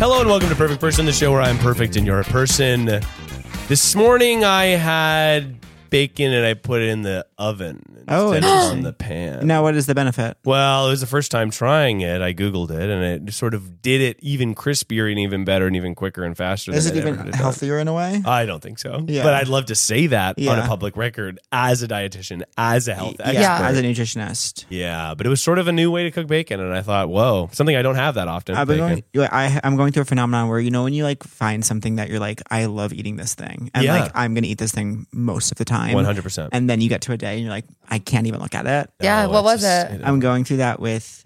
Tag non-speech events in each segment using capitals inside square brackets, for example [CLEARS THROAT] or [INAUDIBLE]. Hello and welcome to Perfect Person, the show where I'm perfect and you're a person. This morning I had bacon and I put it in the oven instead Oh, of interesting. on the pan. Now, what is the benefit? Well, it was the first time trying it. I googled it and it sort of did it even crispier and even better and even quicker and faster. Is than it ever even could have done. healthier in a way? I don't think so. Yeah. But I'd love to say that on a Yeah. public record as a dietitian, as a health expert. yeah, as a nutritionist. Yeah, but it was sort of a new way to cook bacon, and I thought, whoa, something I don't have that often. I've been bacon. going, yeah, I, I'm going through a phenomenon where you know when you like find something that you're like, I love eating this thing, and Yeah. like I'm gonna eat this thing most of the time, 100%. And then you get to a day and you're like, I can't even look at it. Yeah, No, what it's was just- it? don't- I'm going through that with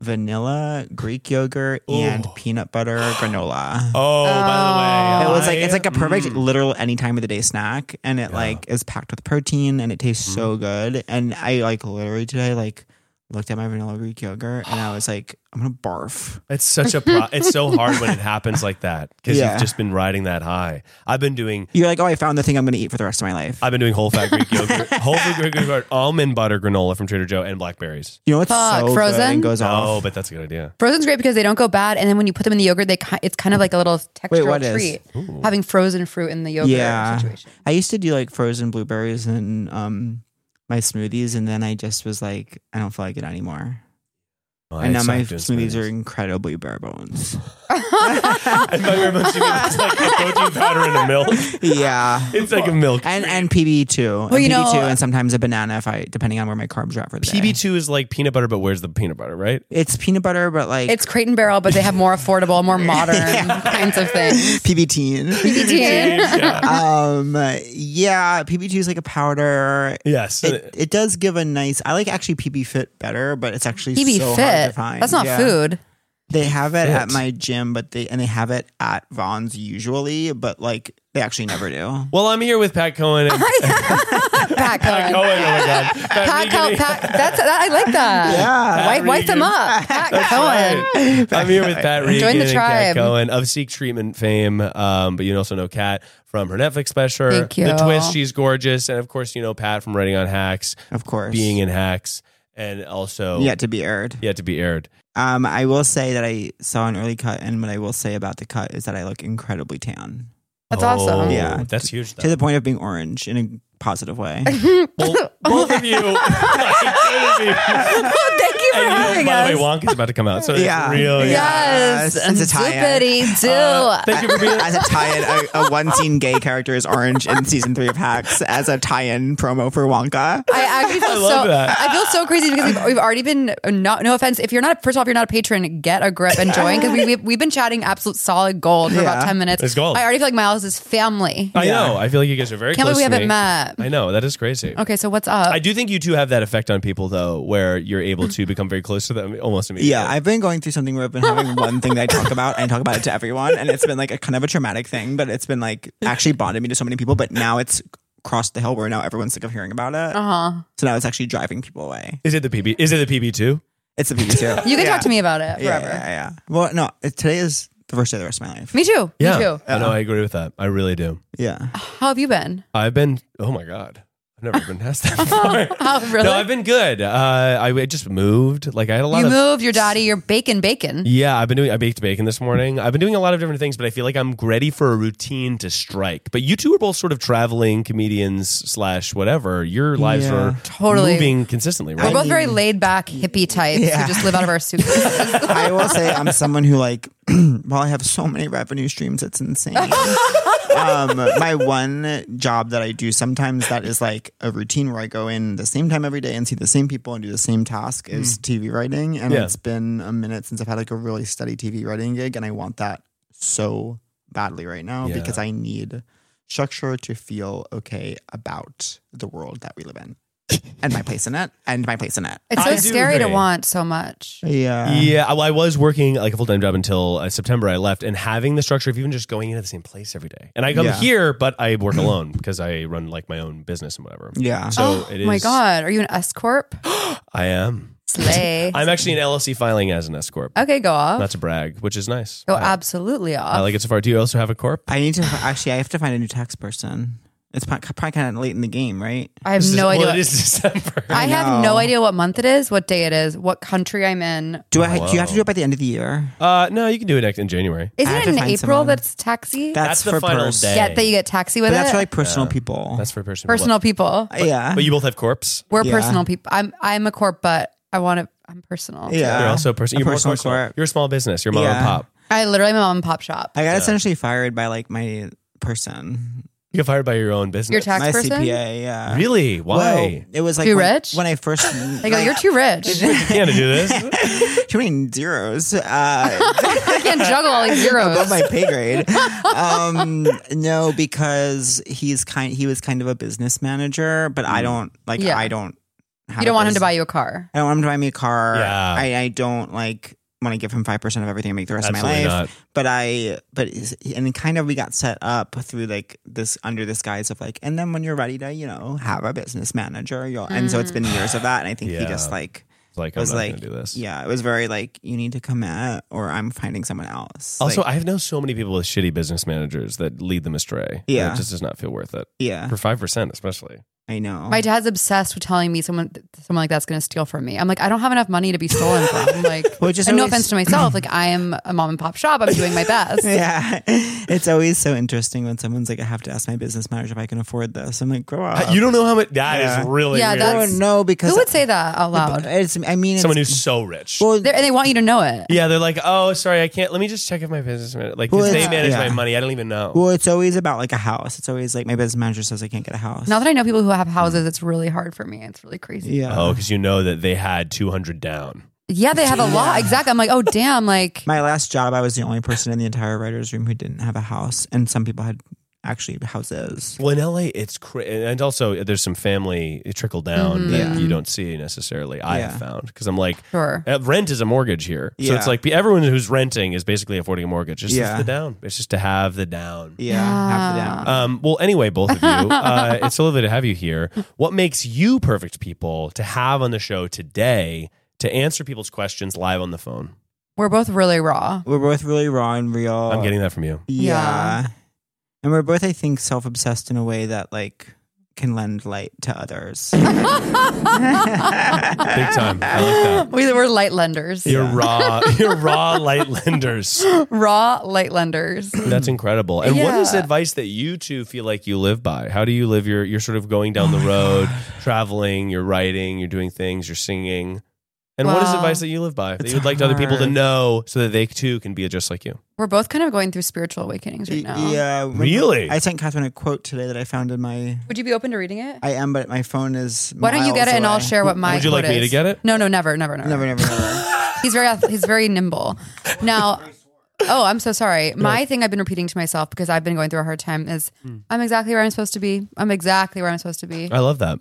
vanilla, Greek yogurt, and Ooh. peanut butter granola. Oh, by the It way, was like it's I- like a perfect literal any time of the day snack, and it Yeah. Mm-hmm. like is packed with protein, and it tastes so good. And I like literally today like looked at my vanilla Greek yogurt, and I was like, I'm gonna barf. It's such a pro- it's so hard when it happens like that because Yeah. you've just been riding that high. I've been doing You're like, oh, I found the thing I'm gonna eat for the rest of my life. I've been doing whole fat Greek yogurt, whole fat Greek yogurt, almond butter granola from Trader Joe, and blackberries. you know what's Fuck, so frozen? good frozen? and goes Oh, off. but that's a good idea. Frozen's great because they don't go bad, and then when you put them in the yogurt, they ki- it's kind of like a little textural what is- treat. Having frozen fruit in the yogurt yeah, situation. I used to do like frozen blueberries and um my smoothies, and then I just was like, I don't feel like it anymore. Oh, and now my sucked in smoothies are incredibly [LAUGHS] bare bones. I thought you were about to give it like a protein powder and a milk. yeah. It's like a milk. and and PB two, Well, and you know- PB two, and sometimes a banana if I, depending on where my carbs are at for the PB Day. two is like peanut butter, but where's the peanut butter? [LAUGHS] Right? It's peanut butter, but like It's Crate and Barrel, but they have more [LAUGHS] affordable, more modern kinds of things. PB teen. PBT. yeah. [LAUGHS] um, yeah, PB two is like a powder. Yes. It, it does give a nice. I like actually PB Fit better, but it's actually PB so hard to Fit. find. That's not Yeah. food. They have it at Fit. my gym, but they and they have it at Vaughn's usually, but like they actually never do. well, I'm here with Pat Cohen. [LAUGHS] And- [LAUGHS] Pat Pat Cohen. Cohen. Oh my god. Pat Pat Regan. Cohen. Pat, that's, that, I like that. [LAUGHS] Yeah. Uh, [LAUGHS] Wipe, wipe them up. Pat Cohen. Right. I'm here with Pat Regan [LAUGHS] Join the and Kat tribe. Cohen of Seek Treatment fame. Um, but you also know Kat from her Netflix special, Thank you. The Twist. She's gorgeous, and of course you know Pat from writing on Hacks, Of course, being in Hacks, and also yet to be aired. yet to be aired. Um, I will say that I saw an early cut, and what I will say about the cut is that I look incredibly tan That's Oh, awesome. Yeah. that's huge. Though. to the point of being orange in a positive way. Well, both of [LAUGHS] you. [LAUGHS] Like, it would be- Oh, Thank you for and you know, having by us. the way, Wonka's about to come out, so Yeah. it's really Yeah. Yes. Yes, it's Italian. Zippity do. thank you for being. [LAUGHS] [LAUGHS] as a tie-in, a, a one-scene gay character is orange in season three of Hacks as a tie-in promo for Wonka. [LAUGHS] I actually feel love so. that. I feel so crazy because we've, we've already been. uh, Not, no offense. If you're not, first off, if you're not a patron. Get a grip and join because we, we've we've been chatting absolute solid gold for about Yeah. ten minutes. It's gold. I already feel like Miles is family. I know. I feel like you guys are very. Can't believe close we to haven't me. met. I know that is crazy. Okay, so what's up? I do think you two have that effect on people though, where you're able to become very close to them almost immediately. Yeah, I've been going through something where I've been having one thing that I talk about and I talk about it to everyone, and it's been like a kind of a traumatic thing, but it's been like actually bonded me to so many people. But now it's crossed the hill where now everyone's sick of hearing about it, Uh huh. so now it's actually driving people away. is it the PB? Is it the PB two? It's the PB two. You can talk to me about it Yeah, forever. yeah, yeah. Well, no, it, today is the first day of the rest of my life. Me too. Me too. I know. I agree with that. I really do. Yeah. How have you been? I've been. Oh my god. I've never been asked [LAUGHS] that before. How really? No, I've been good. Uh, I, I just moved. Like I had a lot you of. moved your daddy. Your bacon, bacon. Yeah, I've been doing. I baked bacon this morning. I've been doing a lot of different things, but I feel like I'm ready for a routine to strike. But you two are both sort of traveling comedians slash whatever. Your lives Yeah. are Totally. moving consistently, right? We're both very laid back hippie types Yeah. who just live out of our [LAUGHS] suitcases. I will say I'm someone who like [CLEARS THROAT] while I have so many revenue streams, it's insane. um, my one job that I do sometimes that is like a routine where I go in the same time every day and see the same people and do the same task is TV writing. And Mm. Yeah. it's been a minute since I've had like a really steady TV writing gig, and I want that so badly right now Yeah. because I need structure to feel okay about the world that we live in. and my place in it and my place in it. It's so I do scary to agree. want so much. Yeah. Yeah, I, I was working like a full time job until uh, September. I left, and having the structure of even just going into the same place every day. And I come Yeah. here, but I work alone because I run like my own business and whatever. Yeah. So it oh is. my god, are you an S corp? [GASPS] I am. Slay. I'm actually an LLC filing as an S corp. Oh. okay, go off. Not to brag, which is nice. go Oh, absolutely off. I like it so far. Do you also have a corp? I need to actually. I have to find a new tax person. It's pro- probably kind of late in the game, right? I have no well, idea. It what- is [LAUGHS] December. I have know. no idea what month it is, what day it is, what country I'm in. Do I? Do you have to do it by the end of the year? Uh, no, you can do it next in January. Isn't have it to in find April someone. that's taxi? Get That's, the for final pers- day. that you get taxi with But it. that's for like personal people. Uh, That's for personal. personal people. yeah. But you both have corps. We're Yeah. personal people. I'm I'm a corp, but I want to. I'm personal. yeah. You're also a person. A You're more personal personal. corp. You're a small business. You're mom Yeah. and pop. I literally am a mom and pop shop. I got essentially fired by like my person, You get fired by your own business. Your tax my person. CPA. Yeah. Really? Why? Well, it was like Too when, rich? when I [LAUGHS] first. They like, go, oh, you're too rich. I can't do this. [LAUGHS] too many zeros. Uh, [LAUGHS] can't juggle all these [LAUGHS] above zeros. Oh, my [LAUGHS] pay grade. um, no, because he's kind. He was kind of a business manager, but Hmm. I don't like. Yeah. I don't. Have You a don't want him to bus- buy you a car. I don't want him to buy me a car. Yeah. I, I don't like want to give him five percent of everything I make the rest Absolutely of my not. life. But I, but is- and kind of we got set up through like this under this guise of like, and then when you're ready to, you know, have a business manager, you'll. And so it's been years of that, and I think he Mm. Yeah. just like It's like, I'm was not like, going to do this. yeah, it was very like, you need to commit, or I'm finding someone else. Also, Like, I have known so many people with shitty business managers that lead them astray. Yeah. Uh. It just does not feel worth it. yeah, For 5%, especially. I know. My dad's obsessed with telling me someone someone like that's going to steal from me. I'm like, I don't have enough money to be stolen from. Like, Well, it just and no always- offense to myself, like I am a mom and pop shop. I'm doing my [LAUGHS] best. yeah, it's always so interesting when someone's like, "I have to ask my business manager if I can afford this." I'm like, "Grow up." Uh, you don't know how much. that is Uh, Yeah. really Yeah, weird. I that's- don't know because Who would say that out loud? It's. I mean, it's, Someone who's so rich. well, They're, and they want you to know it. yeah, they're like, oh, sorry, I can't. Let me just check if my business man- like 'cause Well, they it's- manage my yeah. money. I don't even know. well, it's always about like a house. It's always like my business manager says I can't get a house. Now that I know people who have houses, it's really hard for me. It's really crazy. yeah. oh, because you know that they had two hundred down. Yeah, they have a lot. Exactly. I'm like, oh damn, like My last job, I was the only person in the entire writers' room who didn't have a house, and some people had actually houses. Well, in LA, it's cra- and also there's some family trickle down Mhm. that Mm-hmm. Yeah. you don't see necessarily. I Yeah. have found because I'm like, sure. uh, rent is a mortgage here, so Yeah. it's like everyone who's renting is basically affording a mortgage. It's Yeah. just the down. It's just to have the down. Yeah, half of Ah. them. Um, well, anyway, both of you, [LAUGHS] uh, it's so lovely to have you here. What makes you perfect people to have on the show today to answer people's questions live on the phone? We're both really raw. We're both really raw and real. I'm getting that from you. Yeah. Yeah. And we're both, I think, self obsessed in a way that like can lend light to [LAUGHS] others. Big time. I [LAUGHS] like that. We were light lenders. You're raw. You're raw light lenders. Raw light lenders. That's incredible. And what is Yeah. advice that you two feel like you live by? How do you live your you're sort of going down the road, traveling, you're writing, you're doing things, you're singing. And what is Wow. advice that you live by that It's you would like other people to hard. know so that they too can be just like you? We're both kind of going through spiritual awakenings right now. Yeah. remember- Really? I sent Catherine a quote today that I found in my. Would you be open to reading it? I am, but my phone is. Why don't you get it miles and I'll away. share what my Would you like quote me to is. get it? No, no, never, never, never. Never, never, [LAUGHS] never. He's very ath- he's very nimble. Now, oh, I'm so sorry. My thing I've been repeating to myself because I've been going through a hard time is I'm exactly where I'm supposed to be. I'm exactly where I'm supposed to be. I love that.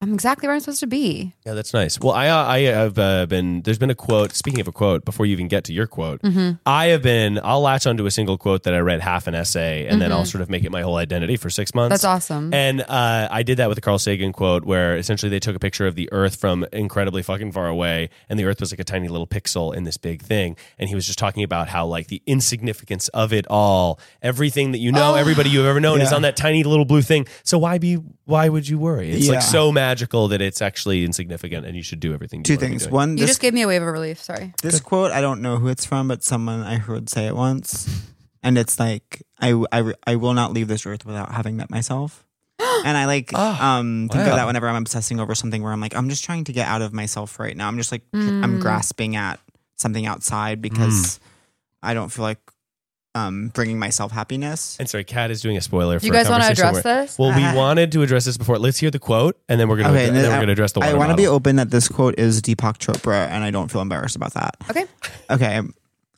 I'm exactly where I'm supposed to be. Yeah, that's nice. Well, I I have uh, been there's been a quote. Speaking of a quote, before you even get to your quote, I have been I'll latch onto a single quote that I read half an essay, and then I'll sort of make it my whole identity for six months. That's Mm-hmm. awesome. And uh, I did that with a Carl Sagan quote, where essentially they took a picture of the Earth from incredibly fucking far away, and the Earth was like a tiny little pixel in this big thing. And he was just talking about how like the insignificance of it all, everything that you know, everybody you've ever known is Ah, Yeah. on that tiny little blue thing. So why be? Why would you worry? It's Yeah. like so magical that it's actually insignificant, and you should do everything. You Two wanna be things. doing. One, you this just gave me a wave of relief. Sorry. This quote, I don't know who it's from, but someone I heard say [LAUGHS] it once. And it's like, I, I, I will not leave this earth without having [GASPS] met myself. And I like um, think Ah, wow. of that whenever I'm obsessing over something where I'm like, I'm just trying to get out of myself right now. I'm just like, tr- Hmm. I'm grasping at something outside because I don't feel like um, bringing myself happiness. And sorry, Kat is doing a spoiler. For you guys want to address this? Well, [LAUGHS] we wanted to address this before. Let's hear the quote, and then we're gonna and then I- we're gonna address the. I water want to be bottle. open that this quote is Deepak Chopra, and I don't feel embarrassed about that. Okay. Okay.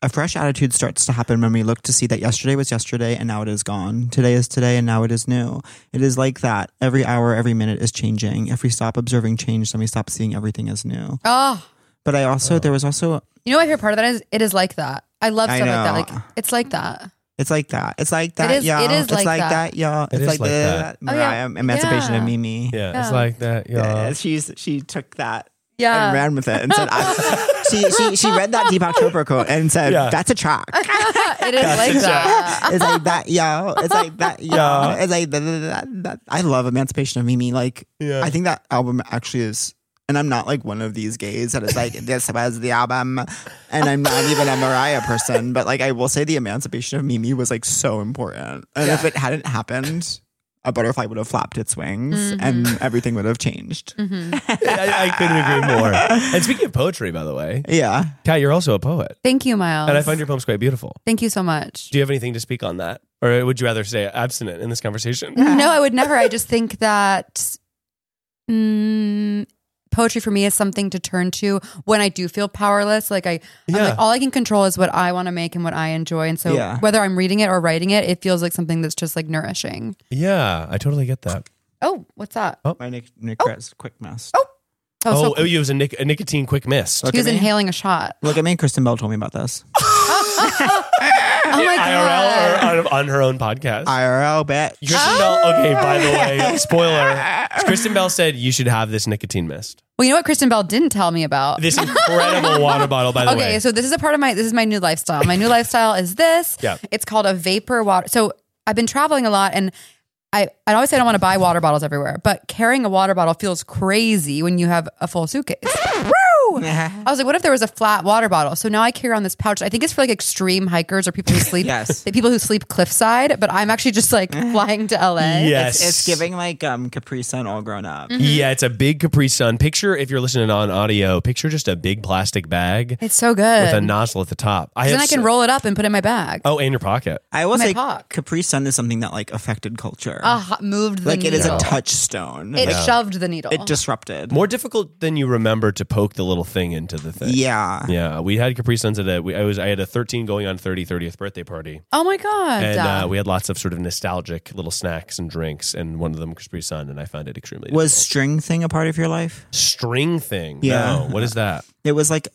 a fresh attitude starts to happen when we look to see that yesterday was yesterday and now it is gone. Today is today and now it is new. It is like that. Every hour, every minute is changing. If we stop observing change, then we stop seeing everything as new. Oh, But I also, there was also, you know my favorite part of that is it is like that. I love I stuff like that. know. Like it's like that. it's like that. It's like that, is- y'all. it is it's like like, that. that. y'all. It it's is like, like that. Oh, yeah. Mariah, Emancipation Yeah. of Mimi. Yeah, Yeah. it's like that, y'all. Yeah, she's she took that and Yeah. [LAUGHS] ran with it and said, I, she, she she read that Deepak Chopra quote and said, Yeah. "That's a [LAUGHS] track." it is like that. it's like that, yo. It's like [LAUGHS] that, yo. Yeah. It's like that, that, that, that. I love Emancipation of Mimi. Like, Yeah. I think that album actually is. And I'm not like one of these gays that is [LAUGHS] like this was the album, and I'm not even a Mariah person. But like, I will say the Emancipation of Mimi was like so important, and if it hadn't happened. A butterfly would have flapped its wings and everything would have changed. I, I couldn't agree more. And speaking of poetry, by the way, Yeah. Kat, you're also a poet, Thank you, Miles. and I find your poems quite beautiful. Thank you so much. Do you have anything to speak on that, or would you rather stay abstinent in this conversation? No, I would never. I just think that mm, poetry for me is something to turn to when I do feel powerless. Like I, I'm Yeah. like, all I can control is what I want to make and what I enjoy. And so Yeah. whether I'm reading it or writing it, it feels like something that's just like nourishing. Yeah, I totally get that. Oh, what's that? My Nick, Nick Chris, quick mess. so Oh, oh, it was a, nic- a nicotine quick miss. Look he was at me. inhaling a shot. Look at me. Kristen Bell told me about this. Oh my god. IRL or on, on her own podcast. IRL, bet. Kristen Bell. Okay, by the way, spoiler. Kristen Bell said you should have this nicotine mist. Well, you know what Kristen Bell didn't tell me about? This incredible water bottle, by the okay, way. so this is a part of my this is my new lifestyle. My new lifestyle is this. [LAUGHS] Yeah. It's called a vapor water. So I've been traveling a lot and I, I always say I don't want to buy water bottles everywhere, but carrying a water bottle feels crazy when you have a full suitcase. [LAUGHS] Woo! I was like, what if there was a flat water bottle? So now I carry on this pouch. I think it's for like extreme hikers [LAUGHS] or people who sleep Yes. the people who sleep cliffside, but I'm actually just like flying to LA. yes, It's giving like um Capri Sun all grown up. Yeah, it's a big Capri Sun. Picture if you're listening on audio. Picture just a big plastic bag It's so with a good. nozzle at the top. I Then have I can so- roll it up and put it in my bag. Oh, in your pocket. I will My say pop. Capri Sun is something that like affected culture. Ah, moved the like it is needle. a touchstone. It Like, shoved the needle. it disrupted. More difficult than you remember to poke the little thing into the thing. yeah. Yeah, we had Capri Suns at a. We, I was I had a 13 going on 30 30th birthday party, Oh my god! and uh, we had lots of sort of nostalgic little snacks and drinks, and one of them was Capri Sun, and I found it extremely Was difficult. string thing a part of your life? string thing. Yeah. no, what is that? It was like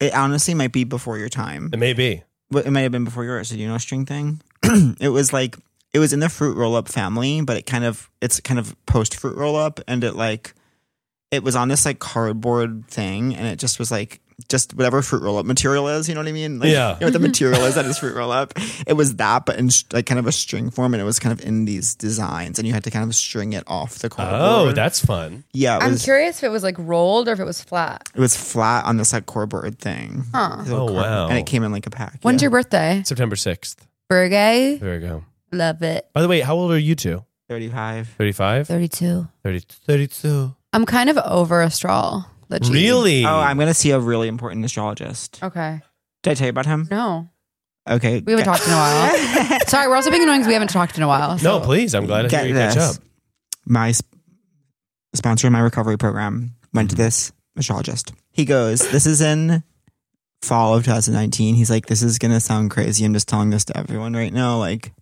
it honestly might be before your time. It may be. Well, It might have been before yours. Did you know string thing? [CLEARS THROAT] it was like it was in the fruit roll up family, but it kind of it's kind of post fruit roll up, and it like it was on this like cardboard thing, and it just was like just whatever fruit roll up material is. You know what I mean? Like, Yeah. You [LAUGHS] know what the material is that is fruit roll up. It was that, but in sh- like kind of a string form, and it was kind of in these designs, and you had to kind of string it off the Oh, cardboard. that's fun. yeah. It I'm was, curious if it was like rolled or if it was flat. it was flat on this like cardboard thing. Huh. Little Oh, cardboard- wow. And it came in like a pack. When's yeah. your birthday? September 6th. Birthday. There we go. Love it. By the way, how old are you two? thirty five? 35? 32. 30, 32. I'm kind of over astral. Litchi. Really? Oh, I'm going to see a really important astrologist. Okay. Did I tell you about him? Oh. No, Okay. we haven't talked in a while. Sorry, we're also being annoying because we haven't talked in a while. No, so- please. I'm glad I Get hear you catch up. this. My sp- sponsor in my recovery program went Mm-hmm. to this astrologist. He goes, This is in fall of 2019. He's like, This is going to sound crazy. I'm just telling this to everyone right now. Like,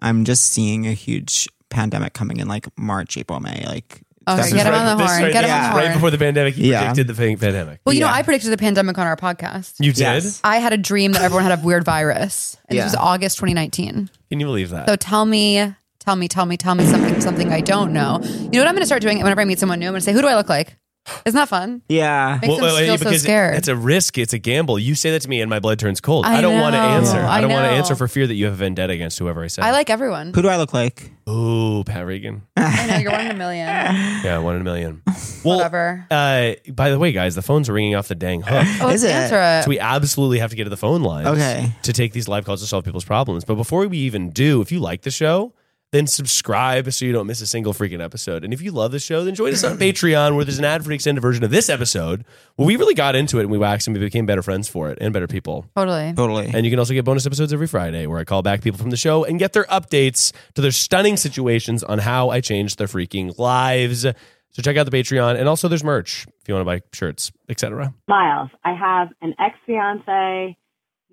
I'm just seeing a huge pandemic coming in like March, April, May. Like, Okay, that's- This Oh, is get him on the this horn. right- Get him this on the is horn. Right before the pandemic, you Yeah. predicted the pan- pandemic. Well, you know, Yeah. I predicted the pandemic on our podcast. You did? Yes. I had a dream that everyone had a weird virus, and Yeah. this was August 2019. Can you believe that? So tell me, tell me, tell me, tell me something, something I don't know. You know what I'm going to start doing whenever I meet someone new? I'm going to say, "Who do I look like?" Isn't that fun? Yeah. Makes them feel so because scared. It's a risk. It's a gamble. You say that to me, and my blood turns cold. I I, don't want to know. answer. I I, don't want to know. answer for fear that you have a vendetta against whoever I said. I like everyone. Who do I look like? Ooh, Pat [LAUGHS] Regan. I know you're one in a million. Yeah, one in a million. Well, Whatever. Uh, by the way, guys, the phones are ringing off the dang hook. [LAUGHS] Oh, Is let's it? answer it. So we absolutely have to get to the phone lines Okay. to take these live calls to solve people's problems. But before we even do, if you like the show, then subscribe so you don't miss a single freaking episode. And if you love the show, then join us on Patreon, where there's an ad-free extended version of this episode where we really got into it and we waxed and we became better friends for it and better people. Totally. Totally. And you can also get bonus episodes every Friday where I call back people from the show and get their updates to their stunning situations on how I changed their freaking lives. So check out the Patreon and also there's merch if you want to buy shirts, etc. Miles, I have an ex fiance,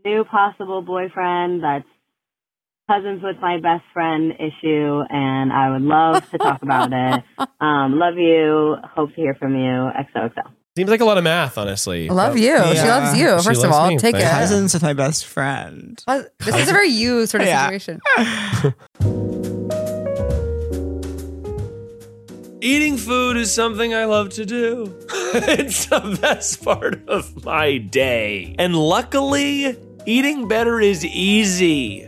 new possible boyfriend that's cousins with my best friend issue, and I would love to talk about [LAUGHS] it. Um, love you. Hope to hear from you. XOXO. Seems like a lot of math, honestly. Love But- you. She Yeah. loves you. She First of loves all, me. [LAUGHS] take Thank it. Cousins with my best friend. Uh, This is a very you sort of Yeah. situation. Eating food is something I love to do. [LAUGHS] it's the best part of my day. And luckily, eating better is easy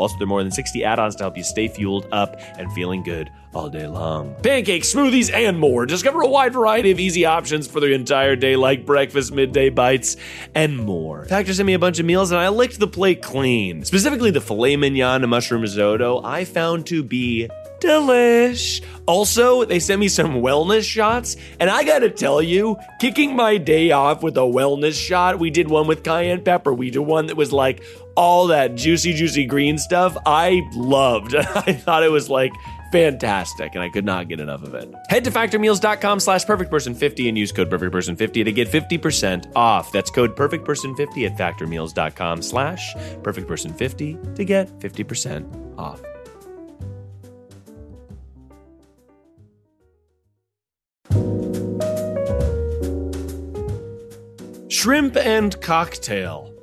Also, there are more than 60 add ons to help you stay fueled up and feeling good all day long. Pancakes, smoothies, and more. Discover a wide variety of easy options for the entire day, like breakfast, midday bites, and more. Factor sent me a bunch of meals, and I licked the plate clean. Specifically, the filet mignon and mushroom risotto I found to be delish. Also, they sent me some wellness shots, and I gotta tell you, kicking my day off with a wellness shot, we did one with cayenne pepper, we did one that was like all that juicy, juicy green stuff. I loved. [LAUGHS] I thought it was like fantastic and i could not get enough of it head to factormeals.com slash perfectperson50 and use code perfectperson50 to get 50% off that's code perfectperson50 at factormeals.com slash perfectperson50 to get 50% off Shrimp and cocktail,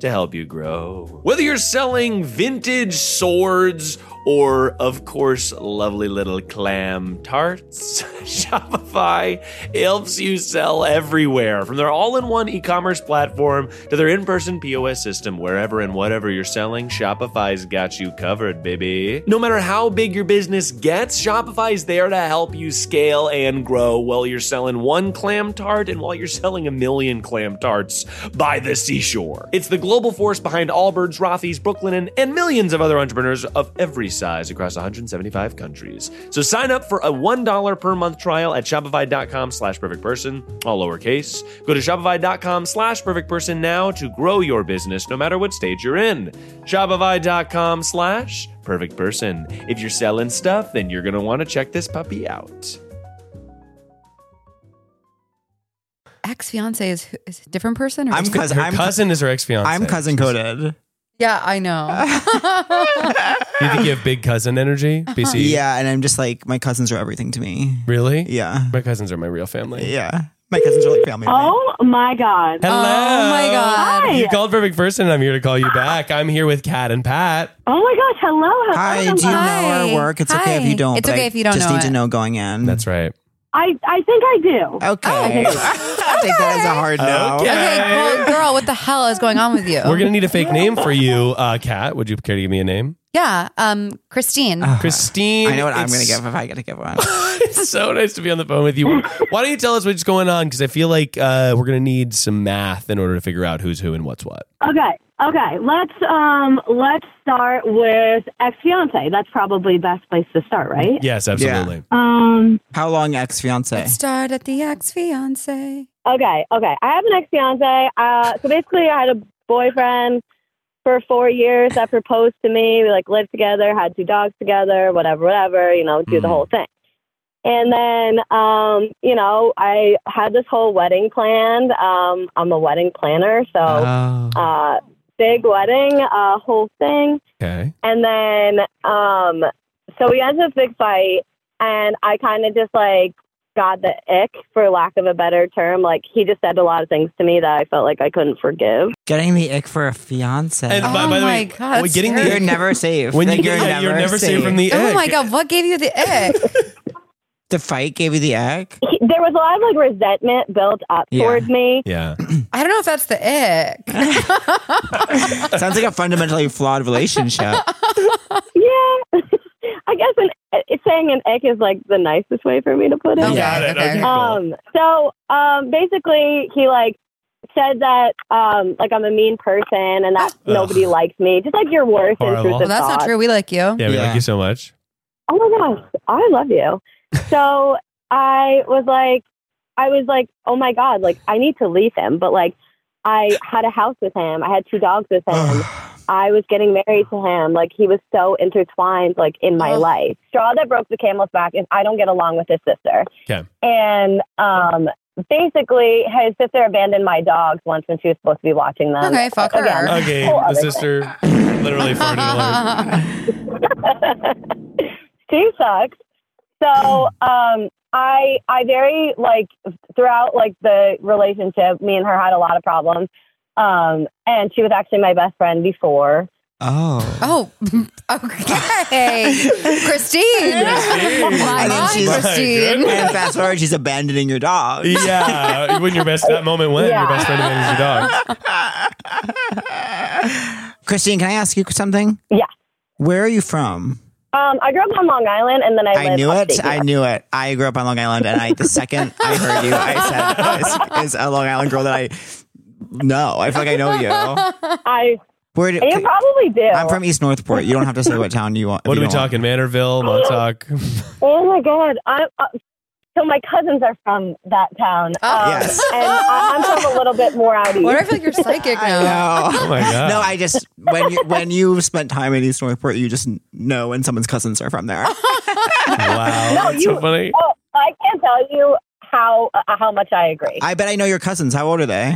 to help you grow. Whether you're selling vintage swords, or, of course, lovely little clam tarts. [LAUGHS] Shopify helps you sell everywhere, from their all in one e commerce platform to their in person POS system. Wherever and whatever you're selling, Shopify's got you covered, baby. No matter how big your business gets, Shopify's there to help you scale and grow while you're selling one clam tart and while you're selling a million clam tarts by the seashore. It's the global force behind Allbirds, Rothy's, Brooklyn, and, and millions of other entrepreneurs of every size across 175 countries. So sign up for a $1 per month trial at shopify.com slash perfect person, all lowercase. Go to shopify.com slash perfect person now to grow your business no matter what stage you're in. Shopify.com slash perfect person. If you're selling stuff, then you're going to want to check this puppy out. Ex fiance is, is a different person? Or I'm cousin. I'm, cousin. is her ex-fiance. I'm cousin coded. [LAUGHS] yeah, [LAUGHS] I know. Do you think you have big cousin energy, [LAUGHS] BC? Yeah, and I'm just like my cousins are everything to me. Really? Yeah, My cousins are my real family. yeah. My cousins are like family. to me. Oh my God. Hello. Oh my God. Hi. You called perfect person, and I'm here to call you back. I'm here with Kat and Pat. Oh my gosh. Hello. Hello. Hi, do you know Hi. our work? It's okay if Hi. you don't. It's but okay I if you don't Just know need to it. know going in. right. I, I think I do. okay. [LAUGHS] I'll take that as a hard no. Okay. okay, well, girl, what the hell is going on with you? We're gonna need a fake name for you, uh, Kat. Would you care to give me a name? yeah, um, Christine. Ah, Christine. [SIGHS] I know what I'm gonna it's- give if I gotta give one. [LAUGHS] It's so nice to be on the phone with you. Why don't you tell us what's going on? Because I feel like uh, we're gonna need some math in order to figure out who's who and what's what. Okay. Okay. Let's um let's start with ex fiance. That's probably best place to start, right? Yes, absolutely. Mm-hmm. Um. How long ex fiance? Let's start at the ex fiance. Okay. Okay. I have an ex fiance. Uh. So basically, I had a boyfriend for four years that proposed to me. We like lived together, had two dogs together, whatever, whatever. You know, do the Mhm. whole thing. And then, um, you know, I had this whole wedding planned. Um, I'm a wedding planner, so Uh-huh. Oh. uh, big wedding, uh, whole thing. Okay. And then, um, so we got into a big fight, and I kind of just like got the ick, for lack of a better term. Like he just said a lot of things to me that I felt like I couldn't forgive. Getting the ick for a fiance. And Oh by, by the way, my God, we're getting that's you're the never safe. when you Like, get yeah, you're never saved from the Oh egg. my god, what gave you the ick? The fight gave you the egg? He, there was a lot of like resentment built up Yeah. towards me. Yeah. I don't know if that's the [LAUGHS] ick. Sounds like a fundamentally flawed [LAUGHS] relationship. Yeah. [LAUGHS] I guess an, it's saying an ick is like the nicest way for me to put it. Okay, Got it. okay. Okay. Um, so um, basically, he like said that um, like I'm a mean person and that nobody likes me. Just like your worst Horrible. intrusive Well, that's not thoughts. true. We like you. Yeah, we Yeah. like you so much. Oh my gosh, I [LAUGHS] love you. so I was like, I was like, oh my god, like I need to leave him, but like I had a house with him, I had two dogs with him. I was getting married to him. Like he was so intertwined, like in my Ugh. life. Straw that broke the camel's back is I don't get along with his sister. Okay. And um, basically, his sister abandoned my dogs once when she was supposed to be watching them. Okay, fuck her. Again, Okay, whole the other sister literally farted along. [LAUGHS] [LAUGHS] she sucks. So um, I I very like throughout like the relationship, me and her had a lot of problems. Um, and she was actually my best friend before. Oh. Oh, [LAUGHS] okay. Christine. My And then God, she's- Christine. And fast forward, she's abandoning your dog. [LAUGHS] Yeah, when your best that moment when your Yeah. best friend abandons your dog. Christine, can I ask you something? Yeah. Where are you from? Um, I grew up on Long Island, and then I, I lived knew it. upstate New I York. knew it. I grew up on Long Island, and I the second I heard you, I said, "Is a Long Island girl that I know." I feel like I know [LAUGHS] you. [LAUGHS] I Where did, you probably do. I'm from East Northport. You don't have to say what town you want. if What are you we don't want. talking? Manorville, [GASPS] Montauk. E- Oh my god! I'm uh, so my cousins are from that town. Oh. um, [LAUGHS] Yes. and I, I'm from a little bit more out [LAUGHS] east. What if I feel like you're psychic I now? know. Oh my god. No, I just when you when you spent time in East Northport, you just know when someone's cousins are from there. wow. that's so you- funny. Oh, I can't tell you how uh, how much I agree. I bet I know your cousins. How old are they?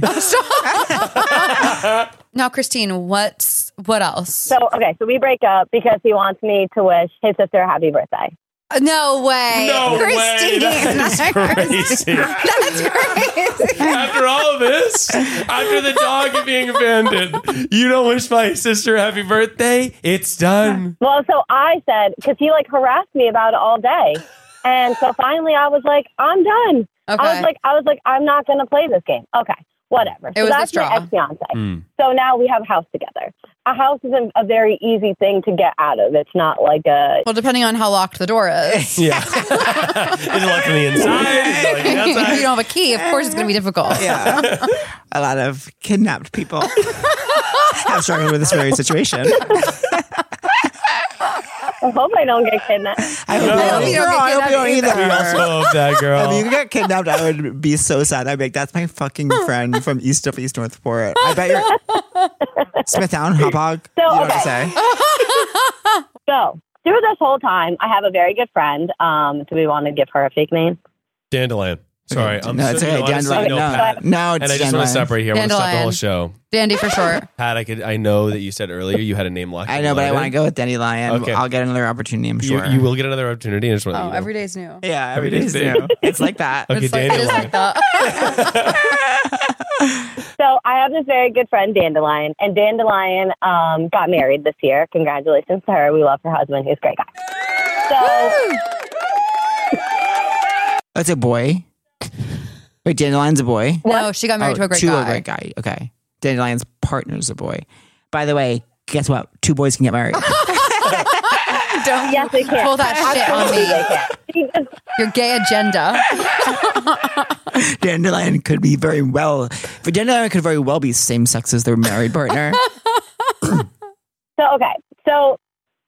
Now, Christine, what's what else? So okay, so we break up because he wants me to wish his sister a happy birthday. No way. No way. Christine. [LAUGHS] That is crazy. That's crazy. After all of this, after the dog being abandoned, you don't wish my sister happy birthday. It's done. Well, so I said because he like harassed me about it all day, and [LAUGHS] so finally I was like, I'm done. I Okay. was like, I was like, I'm not gonna play this game. Okay, whatever. so was the that's my straw. ex fiance. Hmm. So now we have a house together. A house is a, a very easy thing to get out of. It's not like a Well, depending on how locked the door is. [LAUGHS] [LAUGHS] Yeah. is it locked from the inside? if Is it locked from the you [LAUGHS] outside? don't have a key, of course it's going to be difficult. Yeah. A lot of kidnapped [LAUGHS] people have struggled with this very situation. I hope I don't get [LAUGHS] kidnapped. I hope, No. you don't, I hope you don't Girl, get I hope you don't kidnapped either. We also hope Oh, that girl. If you get kidnapped, I would be so sad. I'd be like, that's my [LAUGHS] fucking friend from east of East Northport. I bet you're Smithtown, Hopog. So, you know what I'm okay. saying? [LAUGHS] So through this whole time, I have a very good friend. Um, do we want to give her a fake name? Dandelion. Sorry, I'm No, it's so, okay. no, honestly, Dandelion. no, No, Pat. no, it's And I just want to Dandelion. stop right here. I want to stop the Dandelion. whole show. Dandy for short. Pat, I could. I know that you said earlier you had a name locked. I know, but I loaded. want to go with Dandelion. Okay. I'll get another opportunity, I'm You, sure. you will get another opportunity. I just want to Oh, let you every day's new. Yeah, every Every day's day's new. It's like that. know. Okay, It's like, it is Dandelion. like that. So I have this very good friend, Dandelion, and Dandelion um, got married this year. Congratulations to her. We love her husband. He's a great guy. So That's a boy. Wait, Dandelion's a boy? No, she got married Oh, to a great to guy. a great guy. Okay. Dandelion's partner's a boy. By the way, guess what? Two boys can get [LAUGHS] married. Don't yes, they can. pull that shit on Absolutely, me. they can. She just Your gay agenda. Dandelion could be very well, but Dandelion could very well be same sex as their married [LAUGHS] partner. So okay, so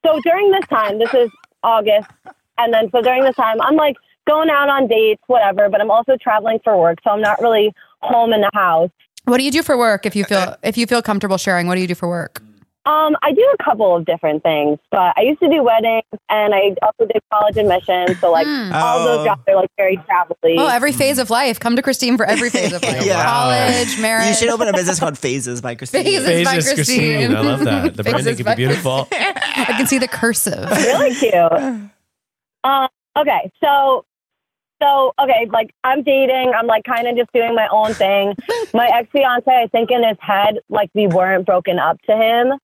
so during this time, this is August, and then so during this time, I'm like going out on dates, whatever. But I'm also traveling for work, so I'm not really home in the house. What do you do for work if you feel if you feel comfortable sharing? What do you do for work? Um, I do a couple of different things, but I used to do weddings, and I also did college admissions. So like all Oh. those jobs are like very travel-y. Oh, every phase of life. Come to Christine for every phase of life. Yeah. College, marriage. you should open a business called Phases by Christine. [LAUGHS] Phases. Yeager. This is by Phases Christine. Christine. I love that. [LAUGHS] The branding Phases could be by beautiful. [LAUGHS] I can see the cursive. really cute. Um, okay, so so okay, like I'm dating. I'm like kind of just doing my own thing. my ex fiance, I think in his head, like we weren't broken up to him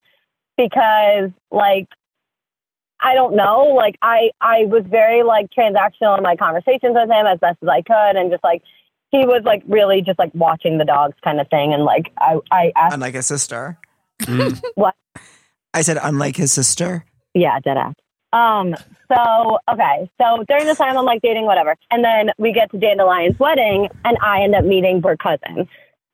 because like I don't know. Like I, I was very like transactional in my conversations with him as best as I could, and just like he was like really just like watching the dogs kind of thing, and like I, I asked, Unlike his sister. Mm. What? I said, unlike his sister. yeah, dead ass. Um. So okay. So during this time, I'm like dating whatever, and then we get to Dandelion's wedding, and I end up meeting her cousin.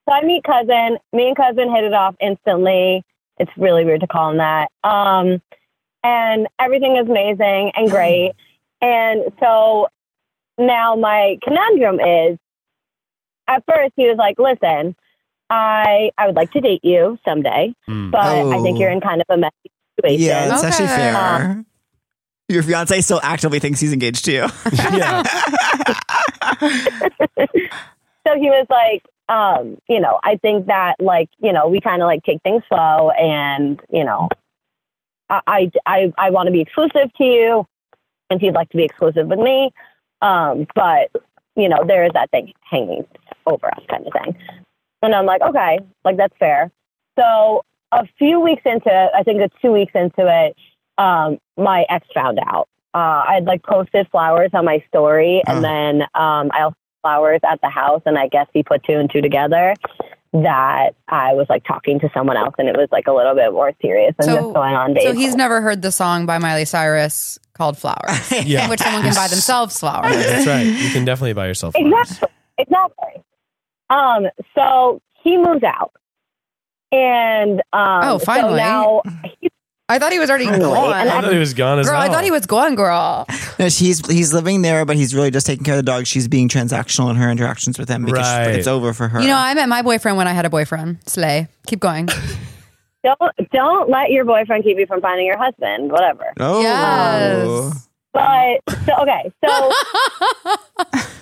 So I meet cousin. Me and cousin hit it off instantly. It's really weird to call him that. Um, and everything is amazing and great. And so now my conundrum is at first he was like, listen, I I would like to date you someday, Hmm. but I think Oh. you're in kind of a messy situation. Yeah, it's actually Okay. fair. Your fiance still actively thinks he's engaged to you. [LAUGHS] yeah. so he was like, um, you know, I think that like, you know, we kind of like take things slow and, you know, I, I, I, I want to be exclusive to you and he'd like to be exclusive with me. Um, but you know, there is that thing hanging over us kind of thing. And I'm like, okay, like that's fair. So a few weeks into it, I think it's two weeks into it, um, my ex found out. Uh, I had like posted flowers on my story, Oh. and then um, I also had flowers at the house, and I guess he put two and two together that I was like talking to someone else, and it was like a little bit more serious than So- just going on dates. So he's never heard the song by Miley Cyrus called Flowers, Yeah. in which someone can buy themselves flowers. [LAUGHS] That's right. You can definitely buy yourself flowers. Exactly. Exactly. Um, so he moves out. And um, Oh, finally. So now, I thought he was already Finally. gone. And I thought he was gone as Girl, I well. thought he was gone, girl. [LAUGHS] No, she's he's living there, but he's really just taking care of the dog. She's being transactional in her interactions with him because she's- Right. it's over for her. You know, I met my boyfriend when I had a boyfriend. Slay. Keep [LAUGHS] going. don't don't let your boyfriend keep you from finding your husband, whatever. oh, Yes. But so okay, [LAUGHS] so